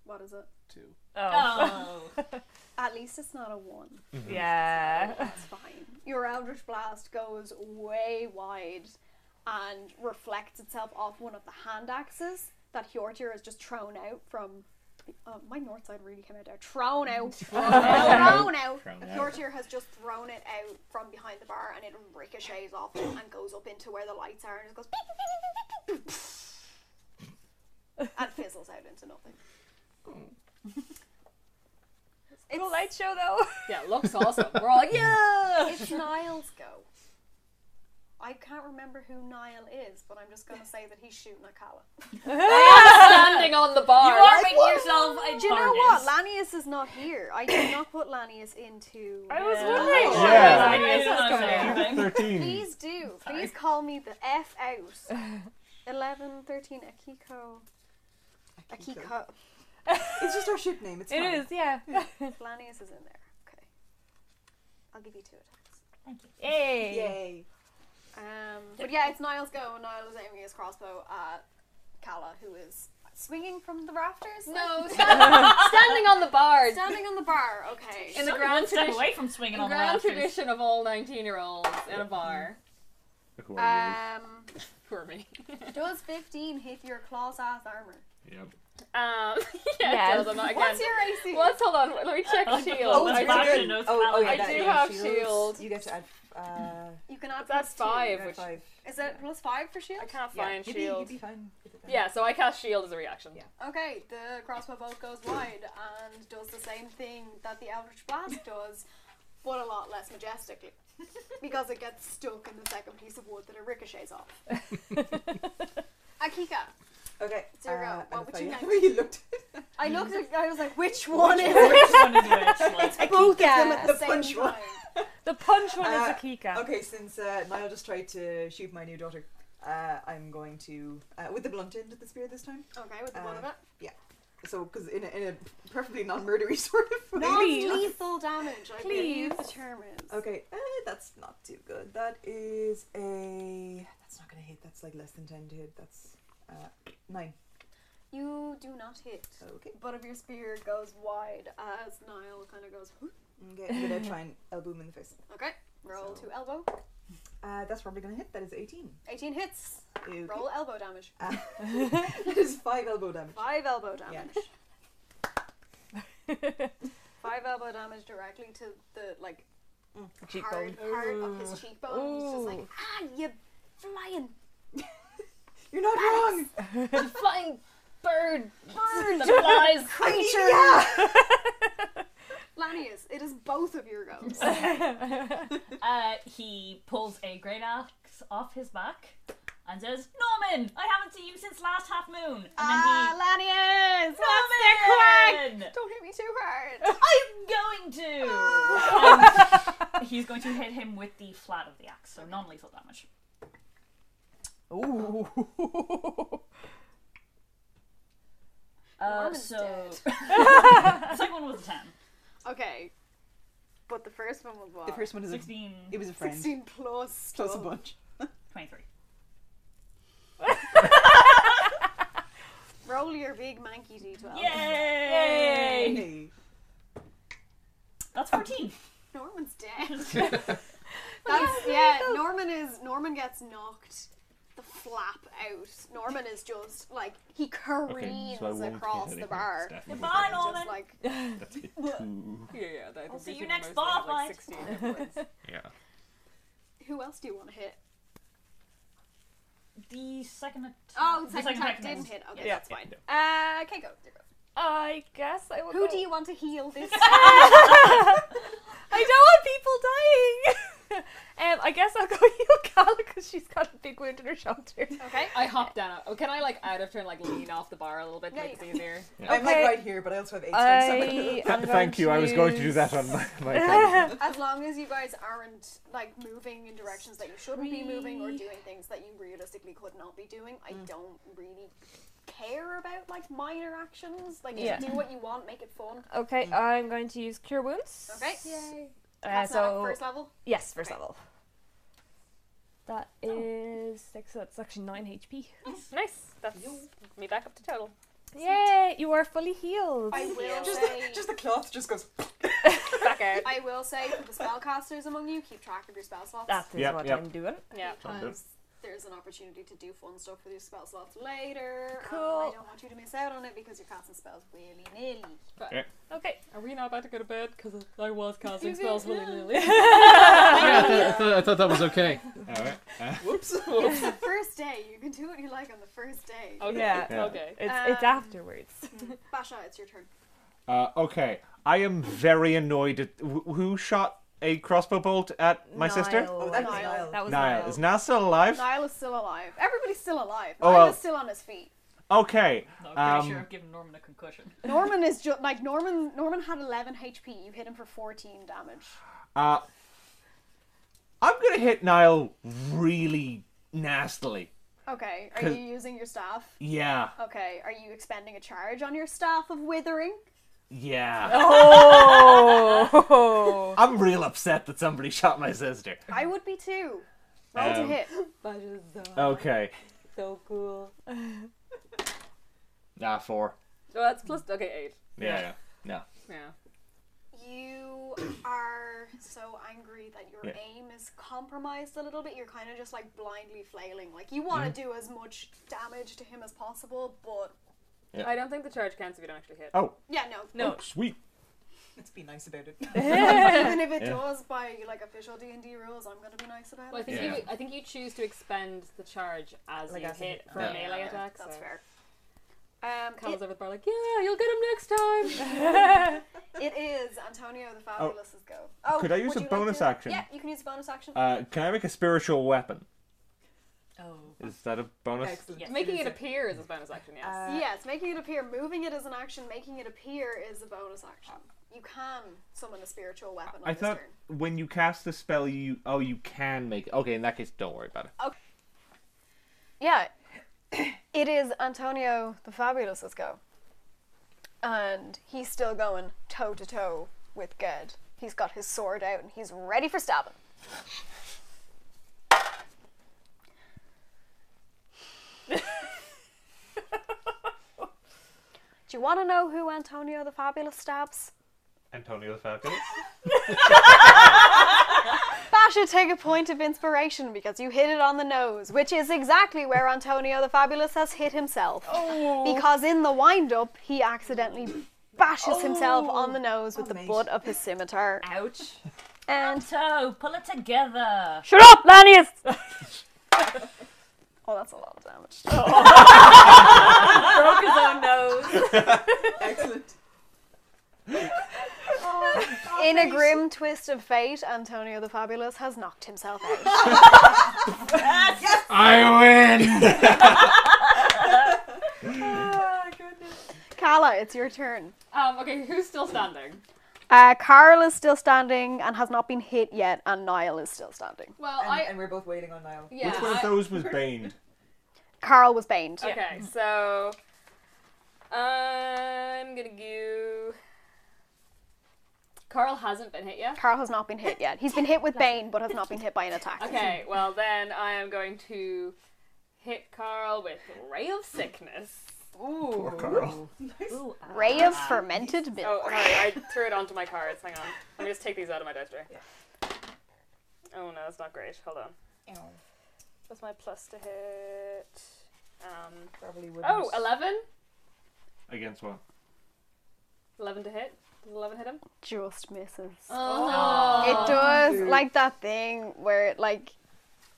S2: What is it?
S8: Two.
S3: Oh.
S2: At least it's not a one.
S7: Mm-hmm.
S5: Yeah.
S2: That's fine. Your Eldritch Blast goes way wide and reflects itself off one of the hand axes that Hjortir has just thrown out from. Uh, my north side really came out there. Thrown out. Thrown out. Thrown out.
S10: Thrown out.
S2: Hjortir has just thrown it out from behind the bar and it ricochets off it and goes up into where the lights are and it goes. beep, beep, beep, beep, beep, beep, beep, and fizzles out into nothing.
S5: Cool light show though.
S9: Yeah, looks awesome. We're all like, yeah.
S2: It's Niall's go. I can't remember who Niall is, but I'm just gonna say that he's shooting at Kala.
S9: Standing on the bar.
S3: You are
S9: like,
S3: making yourself a
S2: Do you know what? Lanius is not here. I did not put Lanius into.
S5: I was wondering.
S9: Yeah.
S10: Yeah.
S5: why I didn't
S3: Yeah.
S5: notice it was coming.
S10: Thirteen.
S2: Please do. Please call me the F out. 11, 13, Akiko. Akiko.
S4: It's just our ship name. It's
S5: It
S4: fine.
S5: is, yeah.
S2: Lanius is in there. Okay. I'll give you two attacks.
S5: Hey.
S4: Yay.
S2: Um, but yeah, it's Niall's go, and Niall is aiming his crossbow at Kala, who is swinging from the rafters.
S9: No, standing, standing on the bar.
S2: Standing on the bar. Okay.
S9: In the grand
S3: step
S9: tradition,
S3: away from swinging
S9: in
S3: on the
S9: grand
S3: rafters.
S9: tradition of all 19 year olds in a bar.
S10: Who are
S2: Um,
S9: Poor me.
S2: does 15 hit your claws ass armor?
S10: you? Yep.
S9: Um, yeah,
S5: Yes.
S9: it does, I'm not, again.
S2: What's your AC?
S9: What's- hold on, let me check shield.
S4: Oh,
S3: Well,
S4: it's
S9: I
S3: it's
S4: really
S3: back
S4: good.
S3: to those
S4: Oh, oh, yeah,
S9: Um, I
S4: that
S9: do
S4: is
S9: have
S4: shield.
S9: shield.
S4: You get to add. Uh,
S2: You can add
S9: That's
S2: plus two.
S9: five.
S4: you
S9: Of
S4: add
S9: which-
S4: five.
S2: Is it plus five for shield?
S9: I can't
S4: Yeah.
S9: find
S4: you'd be,
S9: shield.
S4: You'd be fine. with it then.
S9: Yeah, so I cast shield as a reaction.
S4: Yeah.
S2: Okay, the crossbow bolt goes wide and does the same thing that the Eldritch Blast does, but a lot less majestically. because it gets stuck in the second piece of wood that it ricochets off. Akika,
S4: Okay.
S2: Zero.
S4: uh,
S2: What would you
S4: Anastasia.
S2: like?
S4: you looked.
S2: I looked at I was like, which one is it?
S3: Which one is which? Like,
S2: Both of them
S4: at
S2: at
S4: the
S2: the same
S4: punch one.
S2: time.
S5: The punch one
S4: Uh,
S5: is a Kika.
S4: Okay, since uh, Niall just tried to shoot my new daughter, uh, I'm going to uh, with the blunt end of the spear this time.
S2: Okay, with the one of it.
S4: So, because in a, in a perfectly non-murdery sort of way.
S2: Non-lethal damage, I believe the term is.
S4: Okay, uh, that's not too good. That is a. That's not gonna hit. That's like less than ten to hit. That's uh, nine.
S2: You do not hit.
S4: Okay.
S2: But if your spear goes wide as Niall kind of goes, "Whoop."
S4: Okay, I'm gonna try and elbow him in the face.
S2: okay, roll
S4: So-
S2: to elbow.
S4: Uh, that's probably gonna hit. That is eighteen.
S2: 18 hits.
S4: Okay.
S2: Roll elbow damage.
S4: that is five elbow damage.
S2: Five elbow damage. Five elbow damage directly to the like hard part of his cheekbone. He's just like, ah, you flying
S4: You're not wrong.
S9: Flying bird. Bird. The flies.
S2: creature.
S4: Yeah.
S2: Lanius, it is both of your goes.
S3: Uh, he pulls a great axe off his back and says, Norman, I haven't seen you since last half moon. And
S2: Ah, Lanius! What's the crack?
S3: then he, Norman,
S2: Don't hit me too hard.
S3: I'm going to. And he's going to hit him with the flat of the axe, so non-lethal damage.
S5: Ooh.
S3: Uh,
S2: Norman's
S3: so second one was a ten.
S2: Okay. But the first one was what?
S4: The first one is a,
S3: 16,
S4: it was a friend
S2: 16 plus.
S4: plus a
S2: stuff.
S4: bunch.
S3: 23.
S2: Roll your big manky d12.
S3: Yay!
S4: Hey.
S3: That's 14.
S2: Norman's dead. That's, yeah, Norman is. Norman gets knocked the flap out. Norman is just like he
S7: Okay,
S2: careens
S7: so I won't
S2: across
S7: hit
S2: the
S7: anything.
S2: bar.
S7: It's definitely
S3: Goodbye,
S7: not-
S2: Just
S3: Norman.
S2: like
S7: That's a two.
S9: Yeah, yeah. That,
S3: I'll see you
S9: basically
S3: next
S9: most
S3: bar
S9: of them
S3: fight.
S9: was, Like 16 different ones.
S7: Yeah.
S2: who else do you want to hit?
S3: The second attack.
S2: Oh,
S3: the
S2: second, attack
S3: attack
S2: didn't
S3: goes.
S2: hit. Okay,
S5: Yeah.
S2: that's fine. Uh, okay, go. There goes.
S5: I guess I will.
S2: Who
S5: go.
S2: do you want to heal this?
S5: I don't want people dying. um, I guess I'll go heal Cal because she's got a big wound in her shoulder.
S2: okay.
S9: I hop down. Oh, can I like out of turn like lean off the bar a little bit to
S2: Yeah,
S9: make it easier?
S4: I'm like
S5: Okay.
S4: right here, but I also have eight strength. so I'm gonna-
S5: I
S7: Th-
S5: am
S7: thank
S5: going
S7: you. I was going to do
S5: use-
S7: that on my. my thing.
S2: As long as you guys aren't like moving in directions that you shouldn't be moving or doing things that you realistically could not be doing, I
S5: Mm.
S2: don't really care about like minor actions. Like
S5: Yeah.
S2: just do what you want, make it fun.
S5: Okay, I'm going to use cure wounds.
S2: Okay.
S5: Uh,
S2: That's not at
S5: so
S2: first level.
S5: yes, first
S2: Okay.
S5: level. That is six. That's actually nine HP.
S9: Nice. That's me back up to total.
S5: Yay! You are fully healed.
S2: I will
S4: just,
S2: say,
S4: the, just the cloth just goes.
S9: Back out.
S2: I will say for the spellcasters among you, keep track of your spell slots.
S5: That is
S7: Yep,
S5: what
S7: yep.
S5: I'm doing.
S9: Yeah.
S2: because there's an opportunity to do fun stuff with your spell slots later. and I
S5: Cool.
S2: don't want you to miss out on it because you're casting spells willy nilly.
S5: Okay.
S9: Are we not about to go to bed? Because I was casting spells
S2: spells
S9: willy nilly.
S8: Yeah, I thought, I, thought, I thought that was okay.
S7: All right.
S4: Whoops. Oh,
S2: it's the first day. You can do what you like on the first day.
S9: Okay.
S5: Yeah.
S7: Yeah.
S9: Okay.
S5: It's it's
S2: Um,
S5: afterwards.
S2: Basha, it's your turn.
S7: Uh, okay. I am very annoyed at wh- who shot a crossbow bolt at my sister.
S5: Niall.
S4: Oh, that was
S2: Niall.
S4: Niall.
S5: That was
S7: Niall.
S5: Niall.
S7: Is Niall still alive?
S2: Niall is still alive. Everybody's still alive.
S7: Oh,
S2: Niall
S7: well.
S2: is still on his feet.
S7: Okay.
S3: No, I'm pretty
S7: Um,
S3: sure I've given Norman a concussion.
S2: Norman is just like Norman. Norman had 11 HP. You hit him for 14 damage.
S7: Uh, I'm gonna hit Niall really nastily.
S2: Okay. Are
S7: Cause-
S2: you using your staff?
S7: Yeah.
S2: Okay. Are you expending a charge on your staff of withering?
S7: Yeah.
S5: Oh.
S7: I'm real upset that somebody shot my sister.
S2: I would be too. Roll to
S7: Um,
S2: hit.
S7: Okay.
S9: so cool.
S7: Ah, four.
S9: So that's plus. Okay, eight.
S7: Yeah. yeah. No.
S9: Yeah.
S2: You are so angry that your
S7: Yeah.
S2: aim is compromised a little bit. You're kind of just like blindly flailing. Like you want
S7: Mm-hmm.
S2: to do as much damage to him as possible, but
S9: I don't think the charge counts if you don't actually hit.
S7: Oh.
S2: yeah, no,
S5: No.
S7: Sweet.
S4: Let's be nice about it.
S2: Even if it
S7: Yeah.
S2: does by like official D and D rules, I'm gonna be nice about
S9: Well, I
S2: it.
S9: think
S7: Yeah.
S9: you. I think you choose to expend the charge as
S5: Like
S9: you
S5: as you
S9: hit
S5: hit.
S9: for
S7: Yeah.
S9: a melee attack.
S2: That's
S9: so.
S2: fair. Um,
S9: Kyle's
S2: it-
S9: over the bar like, yeah, you'll get him next time.
S2: it is Antonio the Fabulous's go. Oh,
S7: Could I use
S2: would you
S7: a
S2: like
S7: bonus
S2: to-
S7: action?
S2: Yeah, you can use a bonus action.
S7: Uh, can I make a spiritual weapon?
S3: Oh.
S7: Is that a bonus?
S3: Yes,
S9: Making
S3: is
S9: it
S3: a-
S9: appear is a bonus action. Yes.
S4: Uh,
S2: yes, making it appear, moving it is an action, making it appear is a bonus action. You can summon a spiritual weapon. On
S7: I
S2: this
S7: thought
S2: turn.
S7: when you cast the spell, you oh you can make. Okay, in that case, don't worry about it.
S2: Yeah, it is Antonio the Fabulous's go, and he's still going toe to toe with Ged. He's got his sword out and he's ready for stabbing. Do you want to know who Antonio the Fabulous stabs?
S7: Antonio the Falcon.
S2: Basha, take a point of inspiration because you hit it on the nose, which is exactly where Antonio the Fabulous has hit himself. Because in the wind up, he accidentally bashes himself on the nose with
S4: Oh,
S2: the
S4: mate.
S2: butt of his scimitar.
S3: Ouch.
S2: And
S3: So, pull it together.
S2: shut up, Lanius! oh, that's a lot of damage.
S5: Broke his own nose.
S4: Excellent.
S2: In a grim twist of fate, Antonio the Fabulous has knocked himself out.
S9: I win!
S2: Kala, it's your turn.
S9: um, okay, who's still standing?
S2: Uh, Carl is still standing and has not been hit yet, and Niall is still standing.
S9: Well,
S4: and,
S9: I.
S4: and we're both waiting on Niall.
S9: Yeah.
S7: Which one of
S9: I-
S7: those was Bane?
S2: Carl was baned.
S9: Okay, so I'm gonna go. Carl hasn't been hit yet.
S2: Carl has not been hit yet. He's been hit with Bane, but has not been hit by an attack.
S9: Okay, well then I am going to hit Carl with Ray of Sickness.
S2: Ooh.
S7: Poor Carl.
S3: Ooh, ah.
S2: Ray of fermented
S9: Oh,
S2: milk.
S9: sorry, I threw it onto my cards. Hang on. Let me just take these out of my dice tray. Oh no, that's not great. Hold on. What's my plus to hit? Um,
S4: Probably wouldn't.
S9: oh, 11?
S7: Against what?
S9: 11 to hit. Does 11 hit him?
S2: Just misses.
S9: Oh.
S2: It does like that thing where it like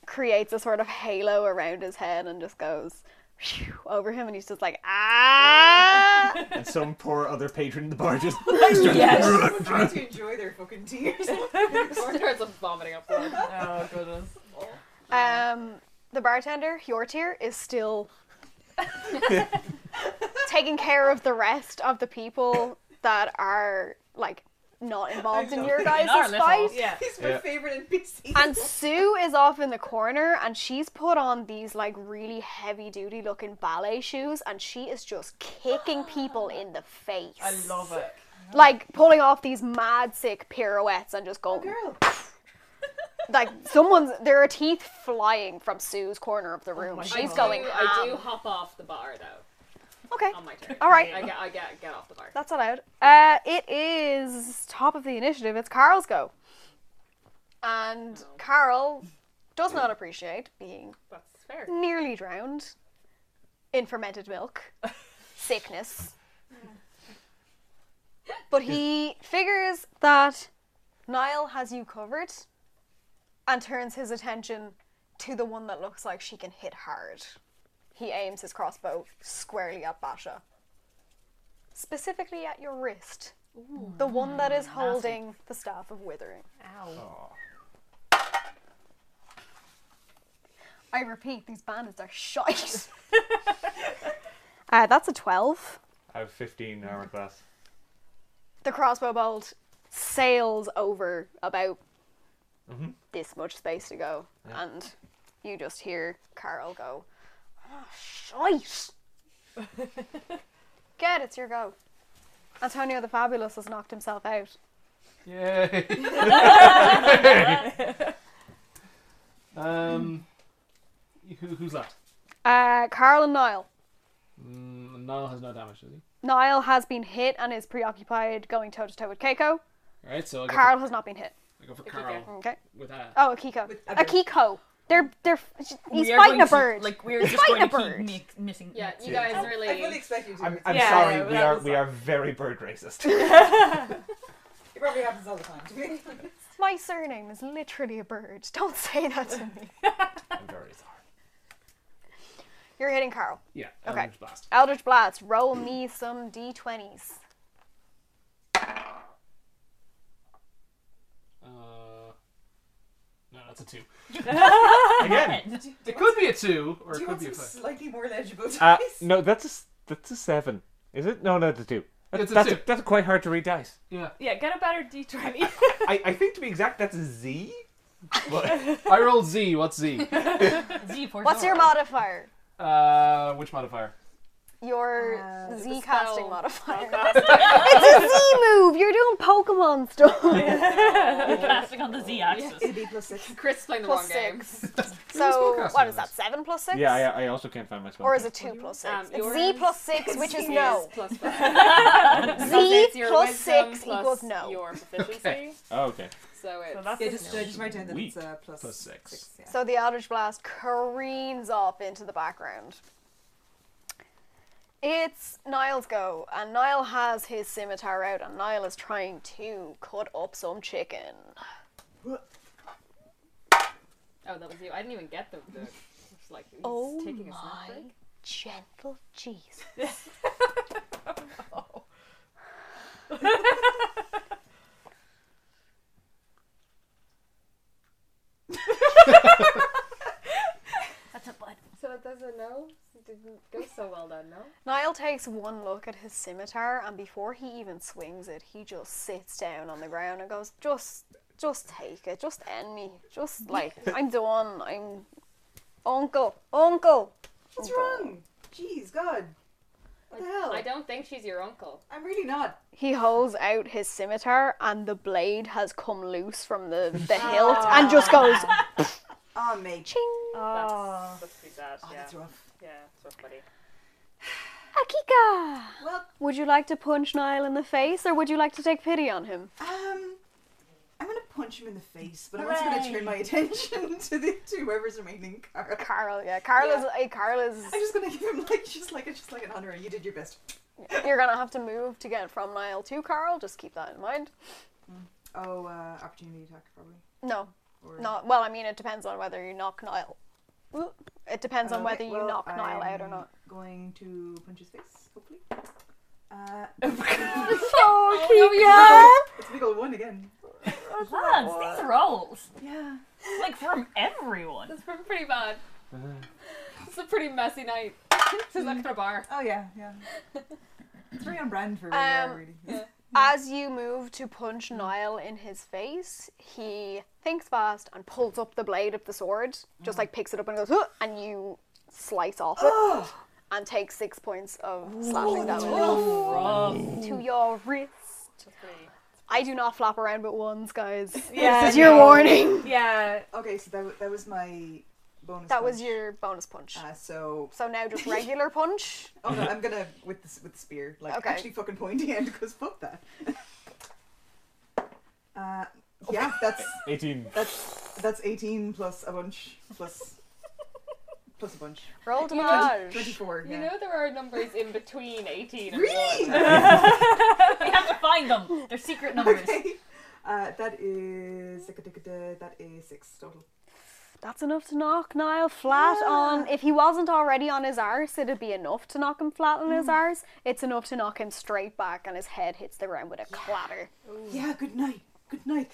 S2: creates a sort of halo around his head and just goes phew, over him, and he's just like ah.
S7: And some poor other patron in the bar just.
S4: People trying to enjoy their fucking tears.
S9: starts vomiting up there.
S5: Oh goodness.
S2: um, the bartender, your tier, is still taking care of the rest of the people that are like not involved in your guys'
S3: In our little-
S2: fight.
S3: Yeah.
S4: He's my
S7: Yeah.
S4: favorite NPC.
S2: And Sue is off in the corner and she's put on these like really heavy duty looking ballet shoes and she is just kicking people in the face.
S5: I love it.
S2: Like pulling off these mad sick pirouettes and just going
S4: girl.
S2: like someone's there are teeth flying from Sue's corner of the room.
S5: my
S2: she's
S5: God.
S2: going
S9: I do, I do
S2: ham.
S9: hop off the bar though
S2: Okay.
S9: on my turn.
S2: All right.
S9: I get I get get off the bar.
S2: That's allowed. Uh it is top of the initiative. It's Carl's go. And Carl does not appreciate being
S9: That's fair.
S2: nearly drowned in fermented milk, sickness. But he figures that Niall has you covered and turns his attention to the one that looks like she can hit hard. He aims his crossbow squarely at Basha, specifically at your wrist, the one that is holding the Staff of Withering.
S3: Ow.
S2: I repeat, these bandits are shite. uh, that's a 12.
S7: I have 15 armor class.
S2: The crossbow bolt sails over about this much space to go, and you just hear Carl go, oh, shite. Get it's your go. Antonio the Fabulous has knocked himself out.
S8: Yay. um, who, who's left?
S2: Uh, Carl and Niall.
S8: Mm, Niall has no damage, does he?
S2: Niall has been hit and is preoccupied going toe to toe with Keiko.
S8: Alright, so I go,
S2: Carl has not been hit.
S8: for, I go for
S9: okay.
S8: Carl
S2: Okay.
S8: with that.
S2: Oh, Akiko.
S4: With a bird.
S2: Akiko. They're they're he's
S5: We are
S2: fighting
S5: going
S2: a
S5: to-
S2: bird.
S5: like we're just
S2: fighting
S5: going to
S2: a
S5: keep
S2: bird.
S3: Nick missing.
S9: Yeah,
S3: mixing.
S9: you guys
S4: I fully
S9: really
S4: expect you to.
S7: I'm,
S4: do
S7: I'm
S4: it.
S5: Yeah,
S7: sorry,
S5: yeah,
S7: we
S5: that
S7: are
S5: was-
S7: we are very bird racist.
S4: It probably happens all the time. To me.
S2: My surname is literally a bird. Don't say that to me.
S7: I'm very sorry.
S2: You're hitting Carl.
S8: Yeah,
S2: Okay.
S8: Eldritch Blast.
S2: Eldritch Blast, roll me some d20s.
S8: Uh, no, that's a two.
S7: Again.
S8: It could be a two, or
S4: Do
S8: it
S4: you
S8: could
S4: want
S8: be
S4: some
S8: a five.
S4: slightly more legible dice?
S7: Uh, no, that's a s- that's a seven. Is it? No, no, that's a two. That's
S8: It's a
S7: that's,
S8: two.
S7: that's quite hard to read dice.
S8: Yeah.
S5: Yeah, get a better D twenty.
S7: I, I think to be exact, that's a Z. But
S8: I rolled Z. What's Z?
S3: Z for
S2: What's your
S3: Zora.
S2: modifier?
S8: Uh, which modifier?
S2: Your
S4: Uh,
S2: Z casting
S9: spell.
S2: modifier. it's a Z move. You're doing Pokemon stuff.
S3: Plastic on the Z axis.
S4: It'd be plus six.
S9: Chris playing the
S2: plus
S9: wrong game.
S2: six. so
S8: spellcasting
S2: what is
S8: on
S2: that? Seven plus six?
S7: yeah, I, I also can't find my spell.
S2: Or is it two plus six?
S9: Um,
S2: it's Z
S9: yours
S2: plus six, which is
S9: Yes,
S2: no.
S9: plus five. Because
S2: Z
S9: it's your
S2: plus
S9: wisdom
S2: six
S9: plus
S2: equals no.
S9: Your proficiency.
S7: Oh, okay.
S9: So it's
S5: So that's
S4: Yeah,
S5: a
S4: just,
S5: no.
S4: uh, just write down that
S7: Weak.
S4: it's uh, plus,
S8: Plus six.
S4: yeah.
S2: So the Eldritch Blast careens off into the background. It's Niall's go, and Niall has his scimitar out, and Niall is trying to cut up some chicken.
S9: Oh, that was you. I didn't even get the. the it's like he's
S2: Oh
S9: taking a
S2: my.
S9: snack break.
S2: Gentle Jesus.
S4: no.
S2: Niall takes one look at his scimitar, and before he even swings it, he just sits down on the ground and goes, "Just, just take it. Just end me. Just like I'm done. I'm uncle, uncle."
S4: What's
S2: uncle."
S4: wrong? Jeez, God. What the
S2: Oh.
S4: hell?
S9: I don't think she's your uncle.
S4: I'm really not.
S2: He holds out his scimitar, and the blade has come loose from the the hilt, and just goes
S4: Oh, mate.
S2: ching.
S3: Oh.
S2: Ah.
S9: That's, that's pretty sad.
S4: Oh,
S9: yeah.
S4: that's rough.
S9: Yeah, it's rough, buddy.
S2: Akika.
S4: Well,
S2: Would you like to punch Niall in the face, or would you like to take pity on him?
S4: um, I'm gonna punch him in the face, but I'm also gonna
S3: Hooray.
S4: turn my attention to the to whoever's remaining Carl.
S2: Carl, yeah, Carl is, eh, Carl is.
S4: I'm just gonna give him like just like just like an honorary. You did your best.
S2: You're gonna have to move to get from Niall to Carl. Just keep that in mind.
S4: Oh, uh, opportunity attack probably.
S2: No,
S4: Or...
S2: not well. I mean, it depends on whether you knock Niall. It depends on
S4: Okay,
S2: whether you
S4: uh, well,
S2: knock Niall out or
S4: I'm
S2: not.
S4: Going to punch his face, hopefully. Uh,
S5: Oh,
S4: it's a big old one again.
S3: Lads, these rolls.
S4: Yeah.
S3: Like from everyone.
S9: That's pre- pretty bad.
S4: Uh-huh.
S9: It's a pretty messy night. She's looking at a bar.
S4: Oh yeah, yeah. It's very on brand for uh, where we
S2: Um,
S4: are, really.
S2: As you move to punch Niall in his face, he thinks fast and pulls up the blade of the sword, just like picks it up and goes, "Huh," and you slice off it and take six points of slashing damage to your wrist.
S9: That's pretty.
S2: I do not flop around but once, guys.
S5: Yeah,
S2: this is your
S5: no.
S2: warning.
S5: Yeah.
S4: Okay, so that, w- that was my bonus.
S2: That was
S4: punch.
S2: your bonus punch.
S4: Uh, so
S2: So now just regular punch.
S4: oh no, I'm gonna with the, s- with the spear, like
S2: Okay.
S4: actually fucking pointy end because fuck that. uh, yeah, that's
S7: 18.
S4: that's that's 18 plus a bunch plus plus a bunch.
S2: Roll
S9: You know-
S2: damage.
S4: 24.
S9: You
S4: Yeah.
S9: know there are numbers in between 18 and
S4: Really?
S9: one.
S3: We have to find them. They're secret numbers.
S4: Okay. Uh, that is that is six total.
S2: That's enough to knock Niall flat on. If he wasn't already on his arse, it'd be enough to knock him flat on his arse. It's enough to knock him straight back, and his head hits the ground with a clatter.
S4: Yeah. Good night. Good night.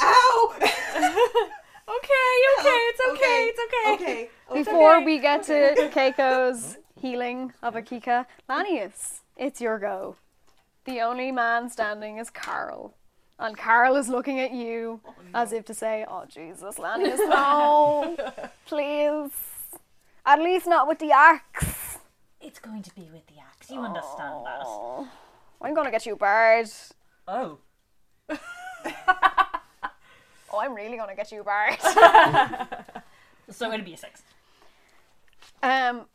S4: Ow. Oh,
S5: Okay, okay, it's okay, it's okay.
S4: Okay. Oh, okay.
S2: Before we get to Keiko's healing of Akika, Lanius, it's your go. The only man standing is Carl. And Carl is looking at you as if to say, Oh, Jesus, Lanius, no! Please! At least not with the axe!
S3: It's going to be with the axe. You understand that.
S2: Oh, I'm gonna get you barred.
S3: Oh.
S2: Oh, I'm really gonna get you barred.
S3: So it'll be a six.
S2: um,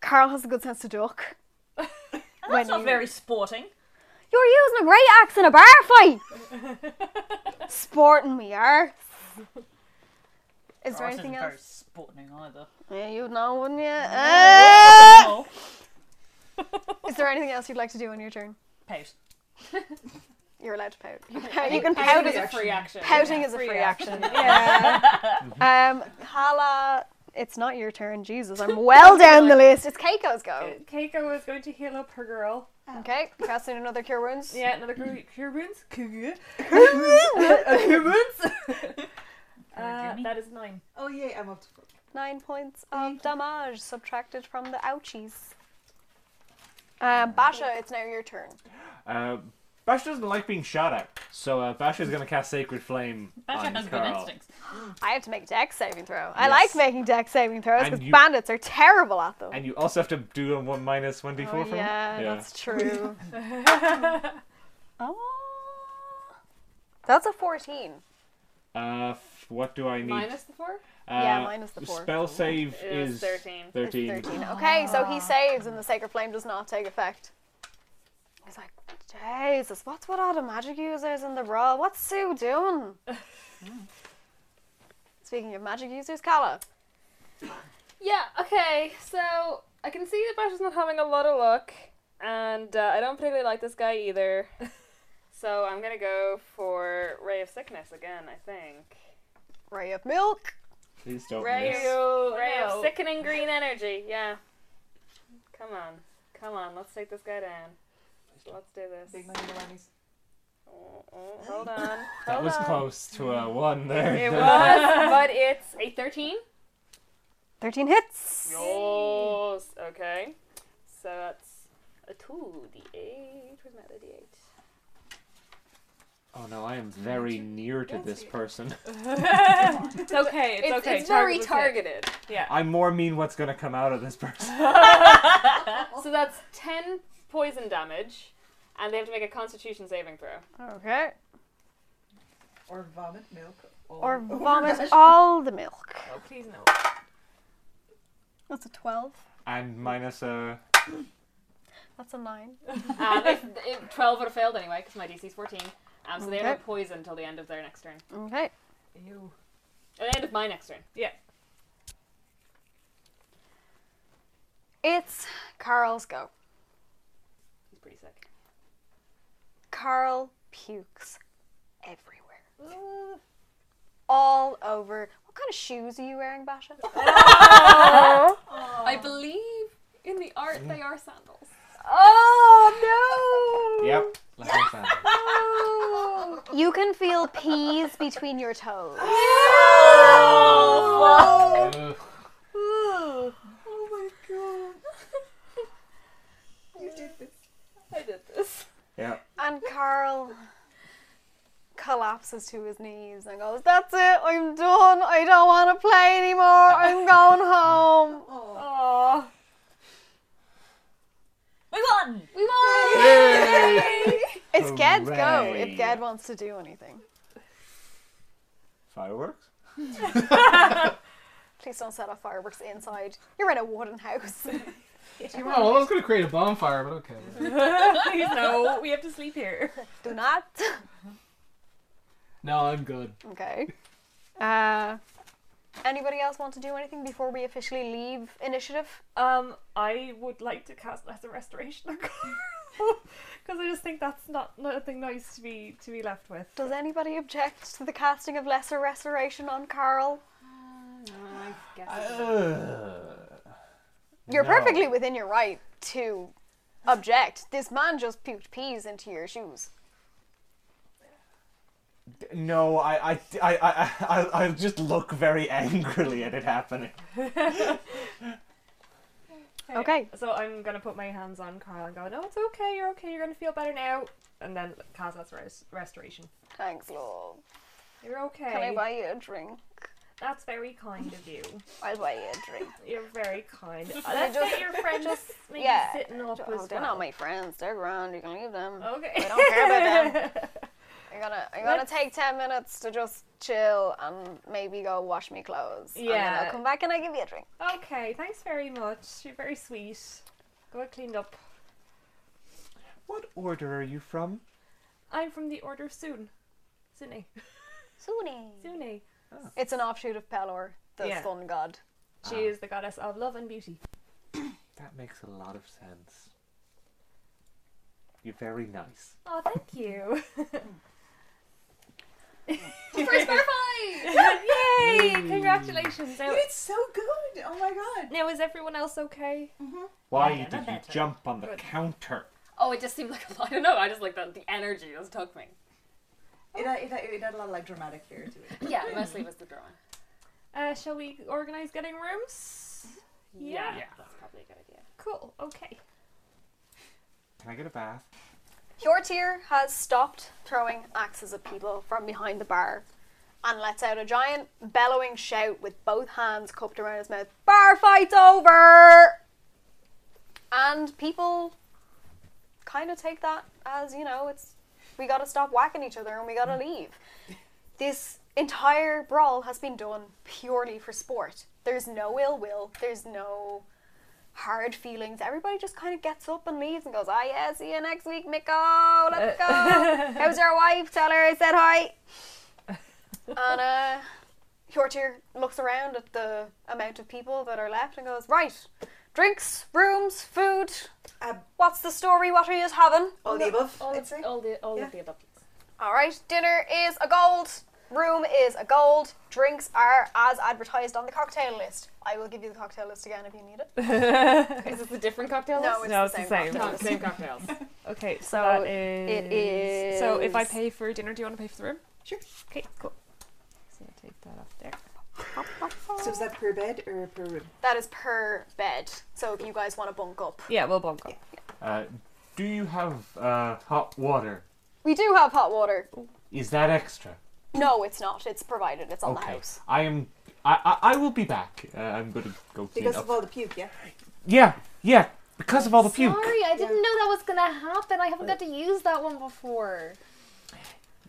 S2: Carl has a good sense to duck.
S3: And that's
S2: When
S3: not
S2: you-
S3: very sporting.
S2: You're using a great axe in a bar fight. Sporting we are. Is there
S3: Ross
S2: anything
S3: isn't very
S2: else?
S3: sporting either.
S2: Yeah, you'd know, wouldn't you? Eh?
S3: Oh.
S2: Is there anything else you'd like to do on your turn?
S3: Pout.
S2: You're allowed to pout. You, pout- you can pout as
S9: It's
S2: a
S9: a free action.
S2: pouting is a
S5: Free
S2: free action. Yeah. um, Hala, it's not your turn. Jesus, I'm well down the list. It's Keiko's
S5: Oh.
S2: go.
S5: Uh, Keiko is going to heal up her girl.
S2: Okay, casting another cure wounds.
S5: Yeah, another cure, cure wounds. Cure Uh,
S3: Jimmy.
S5: that is nine.
S4: Oh yay! I'm up to four.
S2: Nine points of damage subtracted from the ouchies. Um, Basha, it's now your turn.
S7: Uh, Bash doesn't like being shot at, so uh, Bash is going to cast Sacred Flame
S3: Bashan
S7: on
S3: has good
S7: Carl.
S3: instincts.
S2: I have to make a dex saving throw. I
S7: Yes.
S2: like making dex saving throws
S7: And
S2: because
S7: you-
S2: bandits are terrible at them.
S7: And you also have to do a 1 minus 1d4
S2: Oh,
S7: from
S2: yeah,
S7: him.
S2: that's true. oh, that's a fourteen.
S7: Uh, f- what do I need?
S9: Minus the four?
S7: uh,
S2: yeah, minus the four.
S7: Spell save
S9: It was
S7: is
S9: 13.
S7: 13.
S2: It's 13. Okay, so he saves and the Sacred Flame does not take effect. He's like, Jesus, what's with all the magic users in the raw? What's Sue doing? Speaking of magic users, Kala.
S9: Yeah, okay, so I can see that Bash is not having a lot of luck, and uh, I don't particularly like this guy either. so I'm gonna go for Ray of Sickness again, I think.
S2: Ray of Milk.
S7: Please don't
S9: Ray,
S7: miss.
S9: of- Ray of
S5: No.
S9: Sickening Green Energy, yeah. Come on, come on, let's take this guy down. Let's do this.
S4: Big money, Melanies.
S9: Oh, oh, hold on. Hold
S7: That was
S9: on.
S7: close to a 1 there.
S9: It was, but it's a 13.
S2: 13 hits.
S9: Yes. Okay. So that's a 2d8. Where's my other d8?
S7: Oh no, I am very near to this person.
S5: It's okay. It's,
S9: It's,
S5: okay.
S9: it's very
S5: target
S9: targeted.
S7: I more mean what's gonna come out of this person.
S9: So that's 10 poison damage, and they have to make a constitution saving throw.
S2: Okay.
S4: Or vomit milk. Oh. all
S2: Or
S4: over
S2: vomit
S4: Russia.
S2: all the milk.
S5: was good. Oh, please no.
S2: That's a 12.
S7: And minus a.
S2: That's a 9.
S9: Um, if, if 12 would have failed anyway, because my DC's 14. Um, so they have
S2: Okay.
S9: no poison till the end of their next turn.
S2: Okay.
S5: Ew.
S9: At the end of my next turn.
S2: It's Carl's go.
S9: He's pretty sick.
S2: Carl pukes everywhere. All over. What kind of shoes are you wearing, Basha?
S9: I believe in the art they are sandals.
S2: Oh, no!
S7: Yep. Like I'm saying.
S2: You can feel peas between your toes.
S8: Ugh.
S4: Oh my god. you did this.
S9: I did this.
S7: Yep.
S2: And Carl collapses to his knees and goes, That's it, I'm done. I don't want to play anymore. I'm going home.
S4: Oh.
S2: Oh.
S3: We won!
S9: We won!
S2: Oh. It's Ged's go
S7: Hooray.
S2: if Ged wants to do anything.
S7: Fireworks?
S2: Please don't set off fireworks inside. You're in a wooden house.
S8: Oh, well, I was going to create a bonfire, but okay.
S5: Please no. We have to sleep here.
S2: do not.
S8: No, I'm good.
S2: Okay. Uh, anybody else want to do anything before we officially leave initiative?
S5: Um, I would like to cast as a restoration because I just think that's not nothing nice to be to be left with.
S2: Does anybody object to the casting of Lesser Restoration on Carl?
S9: I guess
S2: You're
S7: Uh, No.
S2: perfectly within your right to object. This man just puked peas into your shoes.
S7: No, I, I, I, I, I, I'll just look very angrily at it happening.
S2: Okay.
S5: So I'm gonna put my hands on Carl and go, "No, it's okay. You're okay. You're gonna feel better now." And then cast as res- restoration.
S2: Thanks, love.
S5: You're okay.
S2: Can I buy you a drink?
S5: That's very kind of you.
S2: I'll buy you a drink.
S5: You're very kind. Let's
S2: just-
S5: get your friends maybe
S2: yeah.
S5: sitting up
S2: Oh,
S5: as
S2: they're
S5: well. Oh.
S2: not my friends. They're ground. You can leave them.
S5: Okay.
S2: I don't care about them. I'm gonna I'm gonna take ten minutes to just chill and maybe go wash me clothes. And then I'll
S5: Yeah.
S2: come back and I give you a drink.
S5: Okay, thanks very much. You're very sweet. Go get cleaned up.
S7: What order are you from?
S5: I'm from the Order of Soon. Sune.
S2: Suni.
S5: Sune.
S2: It's an offshoot of Pelor, the
S5: Yeah.
S2: sun god.
S5: She is the goddess of love and beauty.
S7: That makes a lot of sense. You're very nice.
S5: Oh, thank you.
S9: First bar fight!
S5: Yay! Congratulations. Now,
S4: It's so good. Oh my god.
S5: now, is everyone else okay?
S7: Why
S3: Yeah,
S7: did you
S3: better.
S7: jump on the counter?
S9: Oh, it just seemed like a lot. I don't know. I just like the, the energy just took me.
S4: It, had- it, had- it had a lot of like dramatic flair to it.
S9: Yeah, mostly it was the drama.
S5: Uh, shall we organize getting rooms? Yeah.
S9: That's probably a good idea.
S5: Cool. Okay.
S7: Can I get a bath?
S2: Hjortir has stopped throwing axes at people from behind the bar and lets out a giant bellowing shout with both hands cupped around his mouth. Bar fight's over! And people kind of take that as, you know, it's we gotta stop whacking each other and we gotta leave. This entire brawl has been done purely for sport. There's no ill will, there's no hard feelings. Everybody just kind of gets up and leaves and goes, ah, yeah, see you next week, Miko. Let's go. How's your wife? Tell her I said hi. and uh, Hjortir looks around at the amount of people that are left and goes, right, drinks, rooms, food.
S4: Um,
S2: What's the story? What are you having?
S4: all the above,
S9: All,
S4: I'd say.
S9: of, all, the, all
S4: Yeah.
S9: of the above.
S2: All right, dinner is a gold. Room is a gold. Drinks are as advertised on the cocktail list. I will give you the cocktail list again if you need it.
S9: Is this a different cocktail?
S2: No, it's
S5: No,
S2: the
S5: it's the
S2: same.
S5: same.
S2: cocktail
S9: No,
S2: list.
S9: same cocktails.
S5: Okay, so,
S2: So
S5: that is...
S2: it
S5: So if I
S2: is-
S5: pay for dinner, do you want to pay for the room?
S4: Sure.
S5: Okay, cool. So I'll take that off there.
S4: So is that per bed or per room?
S2: That is per bed. So if you guys want to bunk up,
S11: Yeah, we'll bunk up.
S7: Uh, do you have uh, hot water?
S2: we do have hot water.
S7: Is that extra?
S2: No, it's not. It's provided. It's on the
S7: okay.
S2: house.
S7: I am. I, I I will be back. Uh, I'm gonna go clean
S4: Because
S7: up.
S4: of all the puke, yeah.
S7: yeah, yeah. Because of all the puke.
S9: Sorry, I didn't know that was gonna happen. I haven't got to use that one before.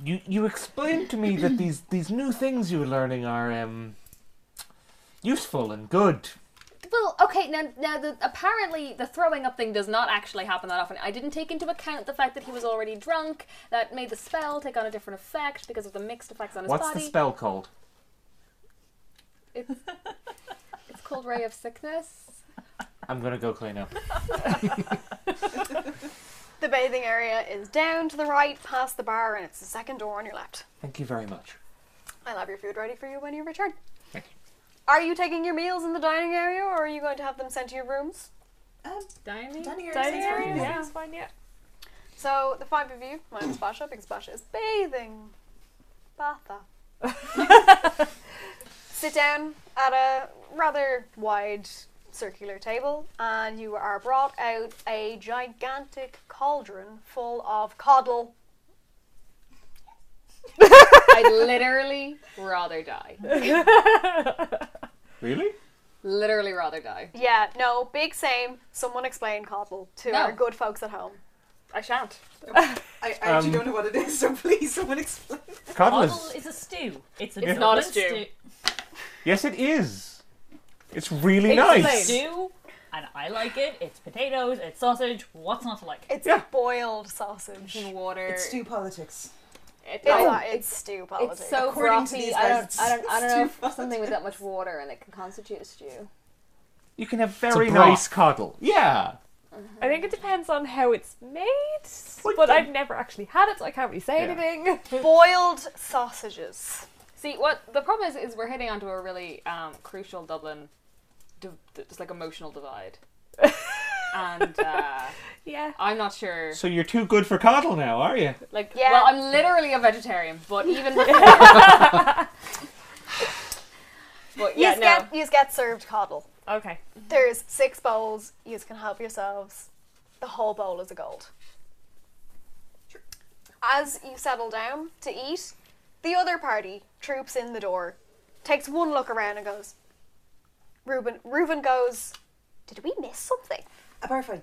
S7: You you explained to me that these these new things you're learning are um useful and good.
S9: Well, okay, now, now the, apparently the throwing up thing does not actually happen that often. I didn't take into account the fact that he was already drunk. That made the spell take on a different effect because of the mixed effects on his
S7: What's
S9: body.
S7: the spell called?
S9: It's, it's called Ray of Sickness.
S7: I'm gonna go clean up.
S2: The bathing area is down to the right, past the bar, and it's the second door on your left.
S7: Thank you very much.
S2: I'll have your food ready for you when you return. Are you taking your meals in the dining area, or are you going to have them sent to your rooms?
S4: Um,
S9: Dining,
S11: Dining area
S5: Dining
S11: sounds
S5: area?
S11: fine.
S5: Yeah, it's fine, yeah.
S2: So the five of you, minus Basha, because Basha is bathing. Batha. Sit down at a rather wide circular table, and you are brought out a gigantic cauldron full of coddle.
S9: I'd literally rather die.
S7: Really?
S9: literally rather die.
S2: Yeah, no, big same. Someone explain coddle to
S9: No.
S2: our good folks at home.
S9: I shan't.
S4: I, I actually
S7: Um,
S4: don't know what it is, so please, someone explain.
S7: Coddle
S3: Coddle
S7: is
S3: is a stew. It's, a
S9: It's not a
S3: Dublin
S9: stew.
S7: yes, it is. It's really
S3: It's a
S7: nice.
S3: stew, and I like it. It's potatoes. It's sausage. What's not to like?
S2: It's boiled sausage.
S9: In water.
S4: It's stew politics.
S9: It-
S2: It's, not, it's stew politics.
S9: It's so
S4: According to
S9: frothy.
S4: these
S9: I
S4: guys,
S9: don't, I don't, I don't know
S4: it's too
S9: if something with that much water in it can constitute a stew.
S7: You can have
S10: a
S7: very
S10: broth.
S7: nice coddle.
S10: Yeah.
S5: I think it depends on how it's made, but I've never actually had it, so I can't really say
S7: Yeah.
S5: anything.
S2: boiled sausages.
S9: See, what the problem is is we're hitting onto a really um, crucial Dublin, div- just like emotional divide, and uh,
S5: Yeah.
S9: I'm not sure.
S7: So you're too good for coddle now, are you?
S9: Like,
S2: Yeah.
S9: well, I'm literally a vegetarian, but even before. but
S2: You
S9: yeah,
S2: just
S9: no.
S2: get you just get served coddle.
S5: Okay.
S2: There's six bowls. You can help yourselves. The whole bowl is a gold. As you settle down to eat, the other party troops in the door, takes one look around and goes. Reuben, Reuben goes. Did we miss something?
S4: A bar fight.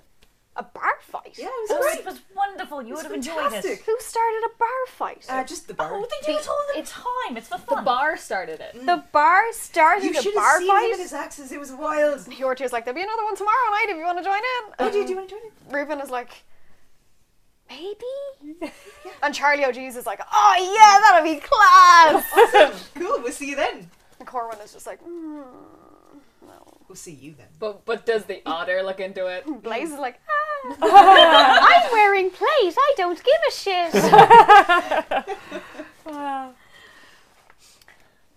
S2: A bar fight?
S4: Yeah, it was
S3: Oh,
S4: great.
S3: it was wonderful. You would have enjoyed it.
S4: fantastic.
S2: Who started a bar fight?
S4: Uh, just the bar.
S3: Oh, they do it all the time. It's for fun.
S9: Bar started it.
S2: the bar started
S4: you
S2: a
S4: should
S2: bar
S4: have seen him
S2: fight.
S4: and his axes. It was wild.
S2: Yortir's like, there'll be another one tomorrow night if you want to join in.
S4: Oh, do you, do you want to join it?
S2: Reuben is like, maybe? And Charlie O'Gee's is like, oh yeah, that'll be class!
S4: Cool. We'll see you then.
S2: and Corwin is just like, mm, no.
S4: We'll see you then.
S9: But but does the otter look into it?
S4: Hmm.
S2: Blaze is like, ah. I'm wearing plaid, I don't give a shit.
S5: Wow.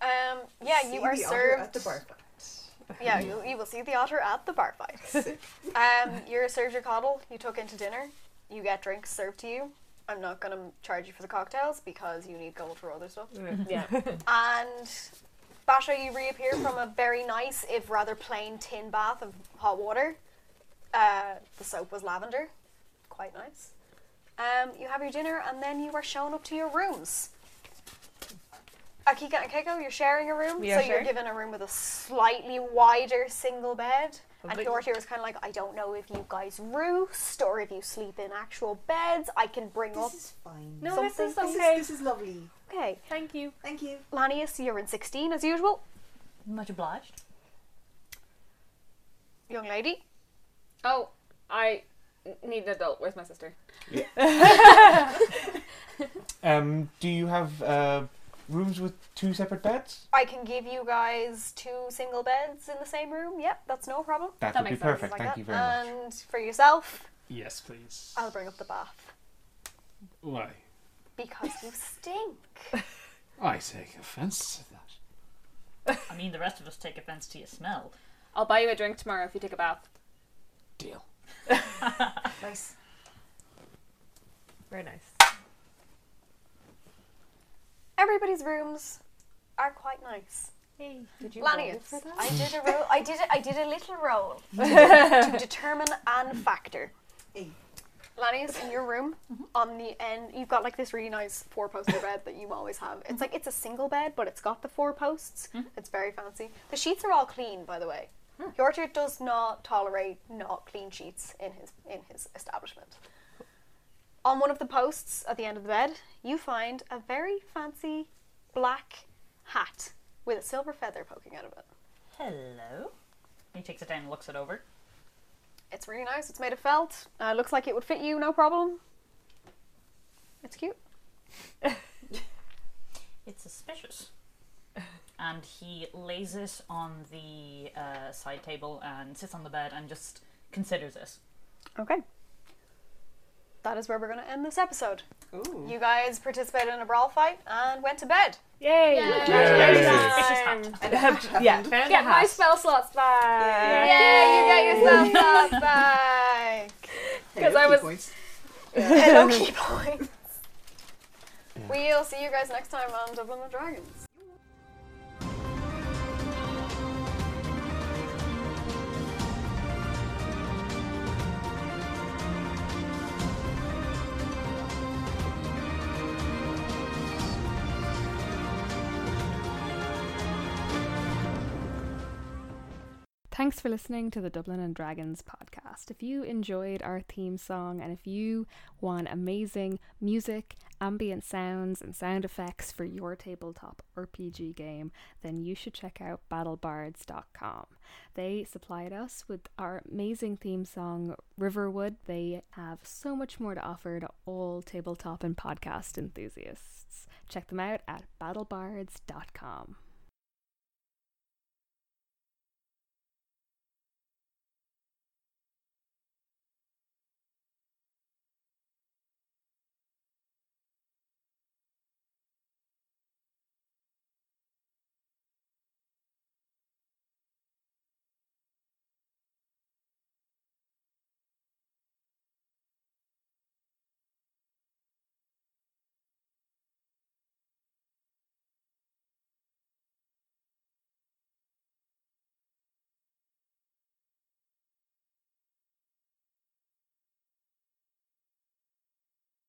S2: um, yeah,
S4: See
S2: you are
S4: the otter
S2: served.
S4: at the bar fight.
S2: Yeah, you, you will see the otter at the bar fight. um, you're served your coddle, you took into dinner, you get drinks served to you. I'm not going to charge you for the cocktails because you need gold for other stuff.
S5: Yeah.
S2: And Basha, you reappear from a very nice, if rather plain, tin bath of hot water. Uh, the soap was lavender, quite nice. Um, you have your dinner, and then you are shown up to your rooms. Akika and Keiko, you're sharing a room,
S11: We are
S2: so you're
S11: sharing.
S2: given a room with a slightly wider single bed. And
S11: Lovely.
S2: Dorothy was kind of like, I don't know if you guys roost or if you sleep in actual beds. I can bring up.
S4: This is fine.
S5: No, this
S4: Something-
S5: is okay.
S4: This is, lovely.
S2: Okay,
S5: Thank you.
S4: Thank you.
S2: Lanius, you're in 16 as usual.
S3: Much obliged.
S2: Young lady,
S9: Oh, I n- need an adult. Where's my sister?
S7: Um, do you have uh, rooms with two separate beds?
S2: I can give you guys two single beds in the same room. Yep, that's no problem.
S7: That,
S9: That
S7: would be
S9: makes sense,
S2: Things
S7: perfect.
S2: like
S7: Thank
S2: that.
S7: you very much.
S2: And for yourself,
S8: Yes, please.
S2: I'll bring up the bath
S8: Why?
S2: because you stink.
S8: I take offence to that.
S3: I mean, the rest of us take offence to your smell.
S9: I'll buy you a drink tomorrow if you take a bath.
S8: Deal.
S4: Nice.
S5: Very nice.
S2: Everybody's rooms are quite nice.
S5: Hey, did
S2: Lanyards. I did a roll. I did. A, I did a little roll to determine an factor. Lanyards in your room
S5: Mm-hmm.
S2: on the end. You've got like this really nice four-poster bed that you always have.
S5: Mm-hmm.
S2: It's like it's a single bed, but it's got the four posts. It's very fancy. The sheets are all clean, by the way.
S5: Hmm.
S2: Yorter does not tolerate not clean sheets in his in his establishment. On one of the posts at the end of the bed, you find a very fancy black hat with a silver feather poking out of it.
S3: Hello. He takes it down and looks it over.
S2: It's really nice. It's made of felt. Uh, looks like it would fit you, no problem. It's cute.
S3: It's suspicious. and he lays it on the uh, side table and sits on the bed and just considers it.
S2: Okay. That is where we're going to end this episode.
S4: Ooh.
S2: You guys participated in a brawl fight and went to bed.
S5: Yay!
S2: yeah,
S5: found
S9: Get
S5: a
S9: my
S5: hat.
S9: spell slots back.
S2: Yay, you get your spell slots back.
S9: Because I was.
S2: Hello, key points. We'll see you guys next time on Dublin the Dragons.
S1: Thanks for listening to the Dublin and Dragons podcast. If you enjoyed our theme song and if you want amazing music, ambient sounds, and sound effects for your tabletop RPG game, then you should check out battlebards.com. They supplied us with our amazing theme song, Riverwood. They have so much more to offer to all tabletop and podcast enthusiasts. Check them out at battlebards.com.